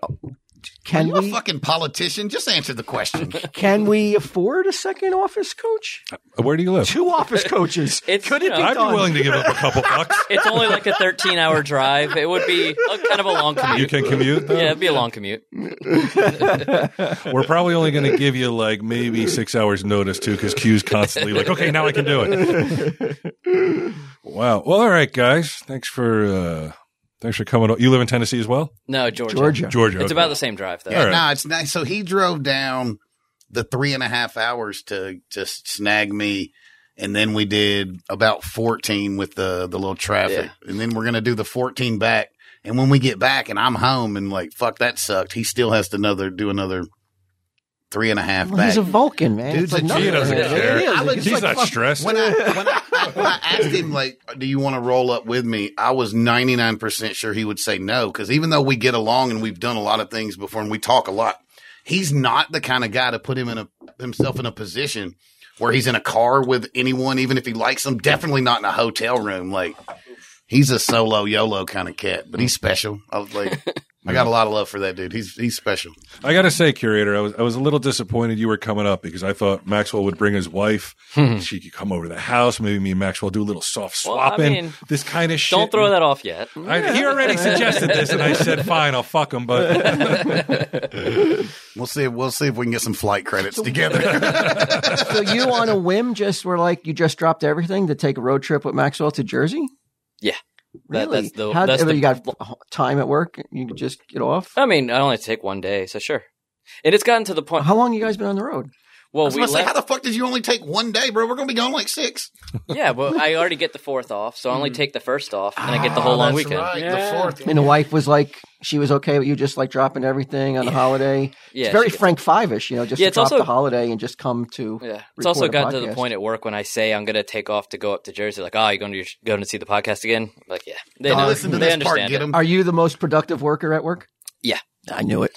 D: can
C: you a
D: we
C: fucking politician? Just answer the question.
D: can we afford a second office coach?
A: Where do you live?
D: Two office coaches.
B: It's,
D: Could
B: you
D: it
B: know,
D: be
A: I'd
D: done?
A: be willing to give up a couple bucks.
B: It's only like a 13 hour drive. It would be a, kind of a long
A: You
B: commute.
A: can commute. Though?
B: yeah, it'd be a long commute.
A: We're probably only going to give you like maybe six hours notice too, because Q's constantly like, okay, now I can do it. wow. Well, all right, guys. Thanks for uh, thanks for coming. o- You live in Tennessee as well,
B: No, Georgia.
D: Georgia.
A: Georgia.
B: It's
A: okay.
B: about the same drive, though.
A: All right.
C: No, it's nice. So he drove down the three and a half hours to to snag me, and then we did about fourteen with the the little traffic, and then we're gonna do the fourteen back. And when we get back, and I'm home, and like fuck that sucked. He still has to another do another three and a half
D: Well,
C: back.
D: he's a Vulcan, man.
C: Dude's
D: It's like
C: a G,
D: nothing.
C: he doesn't
D: Yeah,
A: care.
D: it is.
C: I look-
D: It's
A: He's
D: like
A: not
D: fuck-
A: stressed.
C: when I when I, when I asked him like, "Do you want to roll up with me?" I was ninety nine percent sure he would say no because even though we get along and we've done a lot of things before and we talk a lot, he's not the kind of guy to put him in a himself in a position where he's in a car with anyone, even if he likes them. Definitely not in a hotel room. Like he's a solo YOLO kind of cat, but he's special. I was like. I got a lot of love for that dude. He's he's special.
A: I gotta say, curator, I was I was a little disappointed you were coming up because I thought Maxwell would bring his wife. she could come over to the house. Maybe me and Maxwell do a little soft
B: Hmm. Well, I
A: swapping.
B: mean,
A: this kind of shit.
B: Don't throw that off yet.
A: I, he already suggested this, and I said, "Fine, I'll fuck him." But
C: We'll see. We'll see if we can get some flight credits together.
D: So you on a whim just were like you just dropped everything to take a road trip with Maxwell to Jersey?
B: Yeah.
D: Really?
B: That- that's the-
D: How,
B: that's the-
D: you got time at work? You could just get off.
B: I mean, I only take one day, so sure. And it's gotten to the point.
D: How long you guys been on the road?
B: Well,
C: Uh-huh. I was
B: we
C: gonna say, how
B: left.
C: the fuck did you only take one day, bro? We're gonna be gone like six.
B: yeah, but I already get the fourth off, so I
C: Mm.
B: only take the first off, and I get the
C: Ah,
B: whole long weekend.
C: The fourth.
D: And Ah, the wife was like, she was okay with you just like dropping everything on a holiday.
B: Yeah,
D: it's very
B: she gets-
D: Frank Five-ish, you know, just to
B: Yeah, it's
D: drop
B: also-
D: the holiday and just come to.
B: Yeah,
D: record
B: it's also
D: a
B: gotten to the
D: podcast.
B: point at work when I say I'm going to take off to go up to Jersey. Like, oh, you're going to going to see the podcast again? I'm like, yeah, they
C: Don't
B: know.
C: listen to
B: they
C: this
B: understand
C: part. Get
B: it.
C: him.
D: Are you the most productive worker at work?
B: Yeah,
D: I knew it.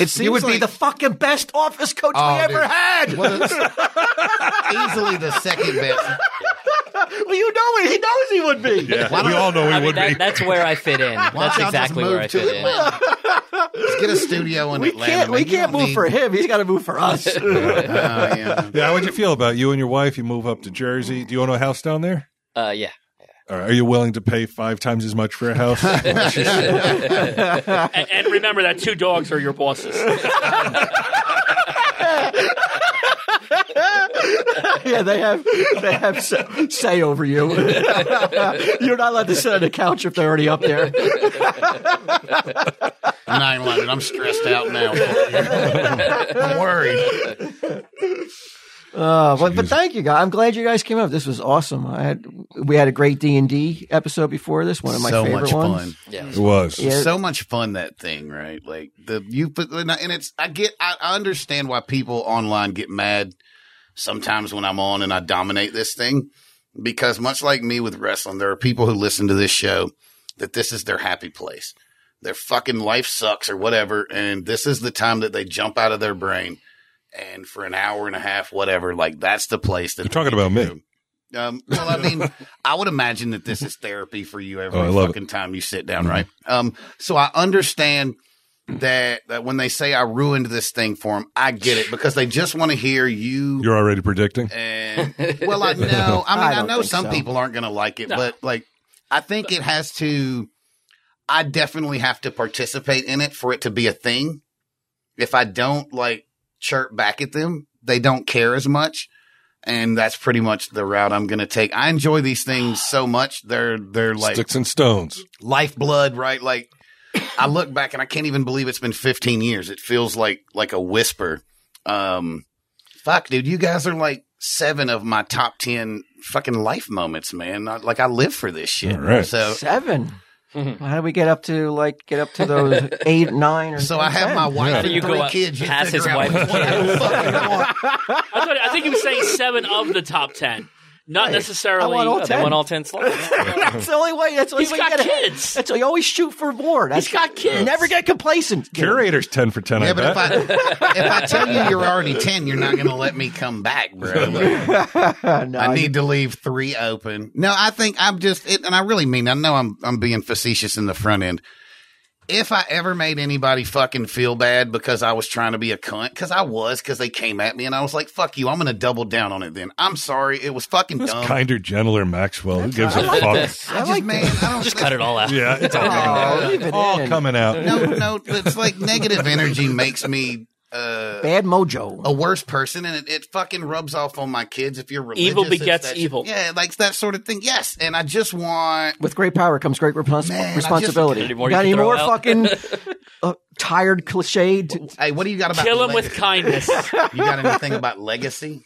C: It seems
D: You would be
C: like
D: the fucking best office coach
C: Oh,
D: we ever
C: dude.
D: had. well,
C: easily the second best.
D: you know it. He knows he would be.
A: yeah, we all know we
B: I mean,
A: would
B: that-
A: be.
B: that's where I fit in.
C: Why
B: That's
C: don't y'all
B: exactly
C: just
B: where
C: move
B: I
C: to
B: fit in.
C: Atlanta? Let's get a studio in
D: We
C: Atlanta.
D: can't.
C: man.
D: We
C: You
D: can't
C: don't
D: move
C: need-
D: for him. He's got to move for us.
C: Oh, yeah.
A: yeah, how'd you feel about you and your wife? You move up to Jersey. Do you own a house down there?
B: Uh, yeah,
A: Or are you willing to pay five times as much for a house?
E: And, and remember that two dogs are your bosses.
D: yeah, they have they have say, say over you. You're not allowed to sit on the couch if they're already up there.
C: I'm not even lying. I'm stressed out now. I'm worried.
D: Uh, but, but thank you guys. I'm glad you guys came up. This was awesome. I had we had a great D and D episode before this. One of my
C: so
D: favorite
C: much
D: ones.
C: fun.
B: yeah.
A: it was.
D: Yeah.
C: So much fun that thing, right? Like the you put and it's I get I, I understand why people online get mad sometimes when I'm on and I dominate this thing because much like me with wrestling, there are people who listen to this show that this is their happy place. Their fucking life sucks or whatever, and this is the time that they jump out of their brain and for an hour and a half, whatever, like that's the place that
A: You're talking about me.
C: um, well, I mean, I would imagine that this is therapy for you every
A: Oh, I love Mm-hmm.
C: fucking time you sit down, right? Um, so I understand that, that when they say I ruined this thing for them, I get it because they just want to hear you.
A: You're already predicting.
C: and well, I know.
D: I
C: I mean, I,
D: don't
C: know
D: think
C: some
D: so.
C: people aren't going to like it, but like, I think it has to. I definitely have to participate in it for it to be a thing. If I don't like chirp back at them, they don't care as much and that's pretty much the route I'm going to take. I enjoy these things so much. They're they're like
A: Sticks and stones.
C: lifeblood, right? Like I look back and I can't even believe it's been 15 years. It feels like like a whisper. Um fuck, dude, you guys are like 7 of my top 10 fucking life moments, man. I, like I live for this shit.
A: All right.
C: So
D: Seven. How do we get up to like get up to those eight, nine, or
C: so I have my wife
A: Yeah.
C: and
B: You go
C: three
B: up
C: kids. You
B: past
C: figure
B: his
C: out
B: wife.
C: what the fuck you want.
E: I, thought, I think he was saying seven of the top ten. Not
D: Hey,
E: necessarily. Oh,
D: I want all
B: They
D: Ten.
B: won all ten slots.
D: that's the only way. That's the only
E: He's
D: way
E: got
D: you gotta-
E: kids.
D: That's you always shoot for more. That's
E: He's got kids.
D: Never get complacent.
A: Curator's 10 for 10,
C: Yeah,
A: I
C: but if
A: bet.
C: I if I tell you you're already ten, you're not going to let me come back, bro. Like,
D: No,
C: I need to leave three open. No, I think I'm just, it, and I really mean. I know I'm I'm being facetious in the front end. If I ever made anybody fucking feel bad because I was trying to be a cunt, because I was, because they came at me and I was like, "Fuck you," I'm going to double down on it. Then I'm sorry, it was fucking
A: Who's
C: dumb.
A: kinder, gentler Maxwell? Who gives a
B: I like
A: fuck?
B: this.
C: I, just man, I don't
B: Just cut it all out.
A: Yeah, it's all,
D: Oh, leave it
A: all
D: in.
A: coming out.
C: No, no, it's like negative energy makes me. Uh,
D: bad mojo.
C: a worse person and it, it fucking rubs off on my kids if you're religious.
E: Evil
C: it's
E: begets
C: that-
E: evil.
C: Yeah, like that sort of thing. Yes. And I just want
D: With great power comes great repons-
C: Man, I just-
D: responsibility.
B: Any more
D: Got any
B: you can
D: more
B: throw out?
D: fucking uh, tired cliched?
C: hey, what do you got about
E: Kill him with
C: legacy?
E: kindness.
C: You got anything about legacy?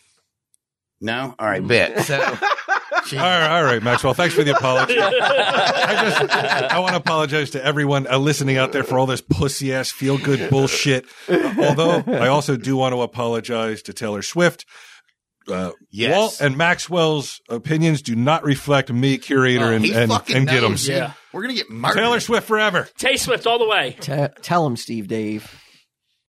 C: No? All right, bet. So she-
A: All right, all right, Maxwell. Thanks for the apology. I just, I want to apologize to everyone uh, listening out there for all this pussy ass feel good bullshit. Although I also do want to apologize to Taylor Swift. Uh,
C: Yes.
A: Walt and Maxwell's opinions do not reflect me, curator, and
C: Oh, he
A: and,
C: fucking
A: and get
C: knows.
A: him.
C: dude. We're gonna get murdered.
A: Taylor Swift forever.
E: Tay Swift all the way.
D: T- tell him, Steve Dave.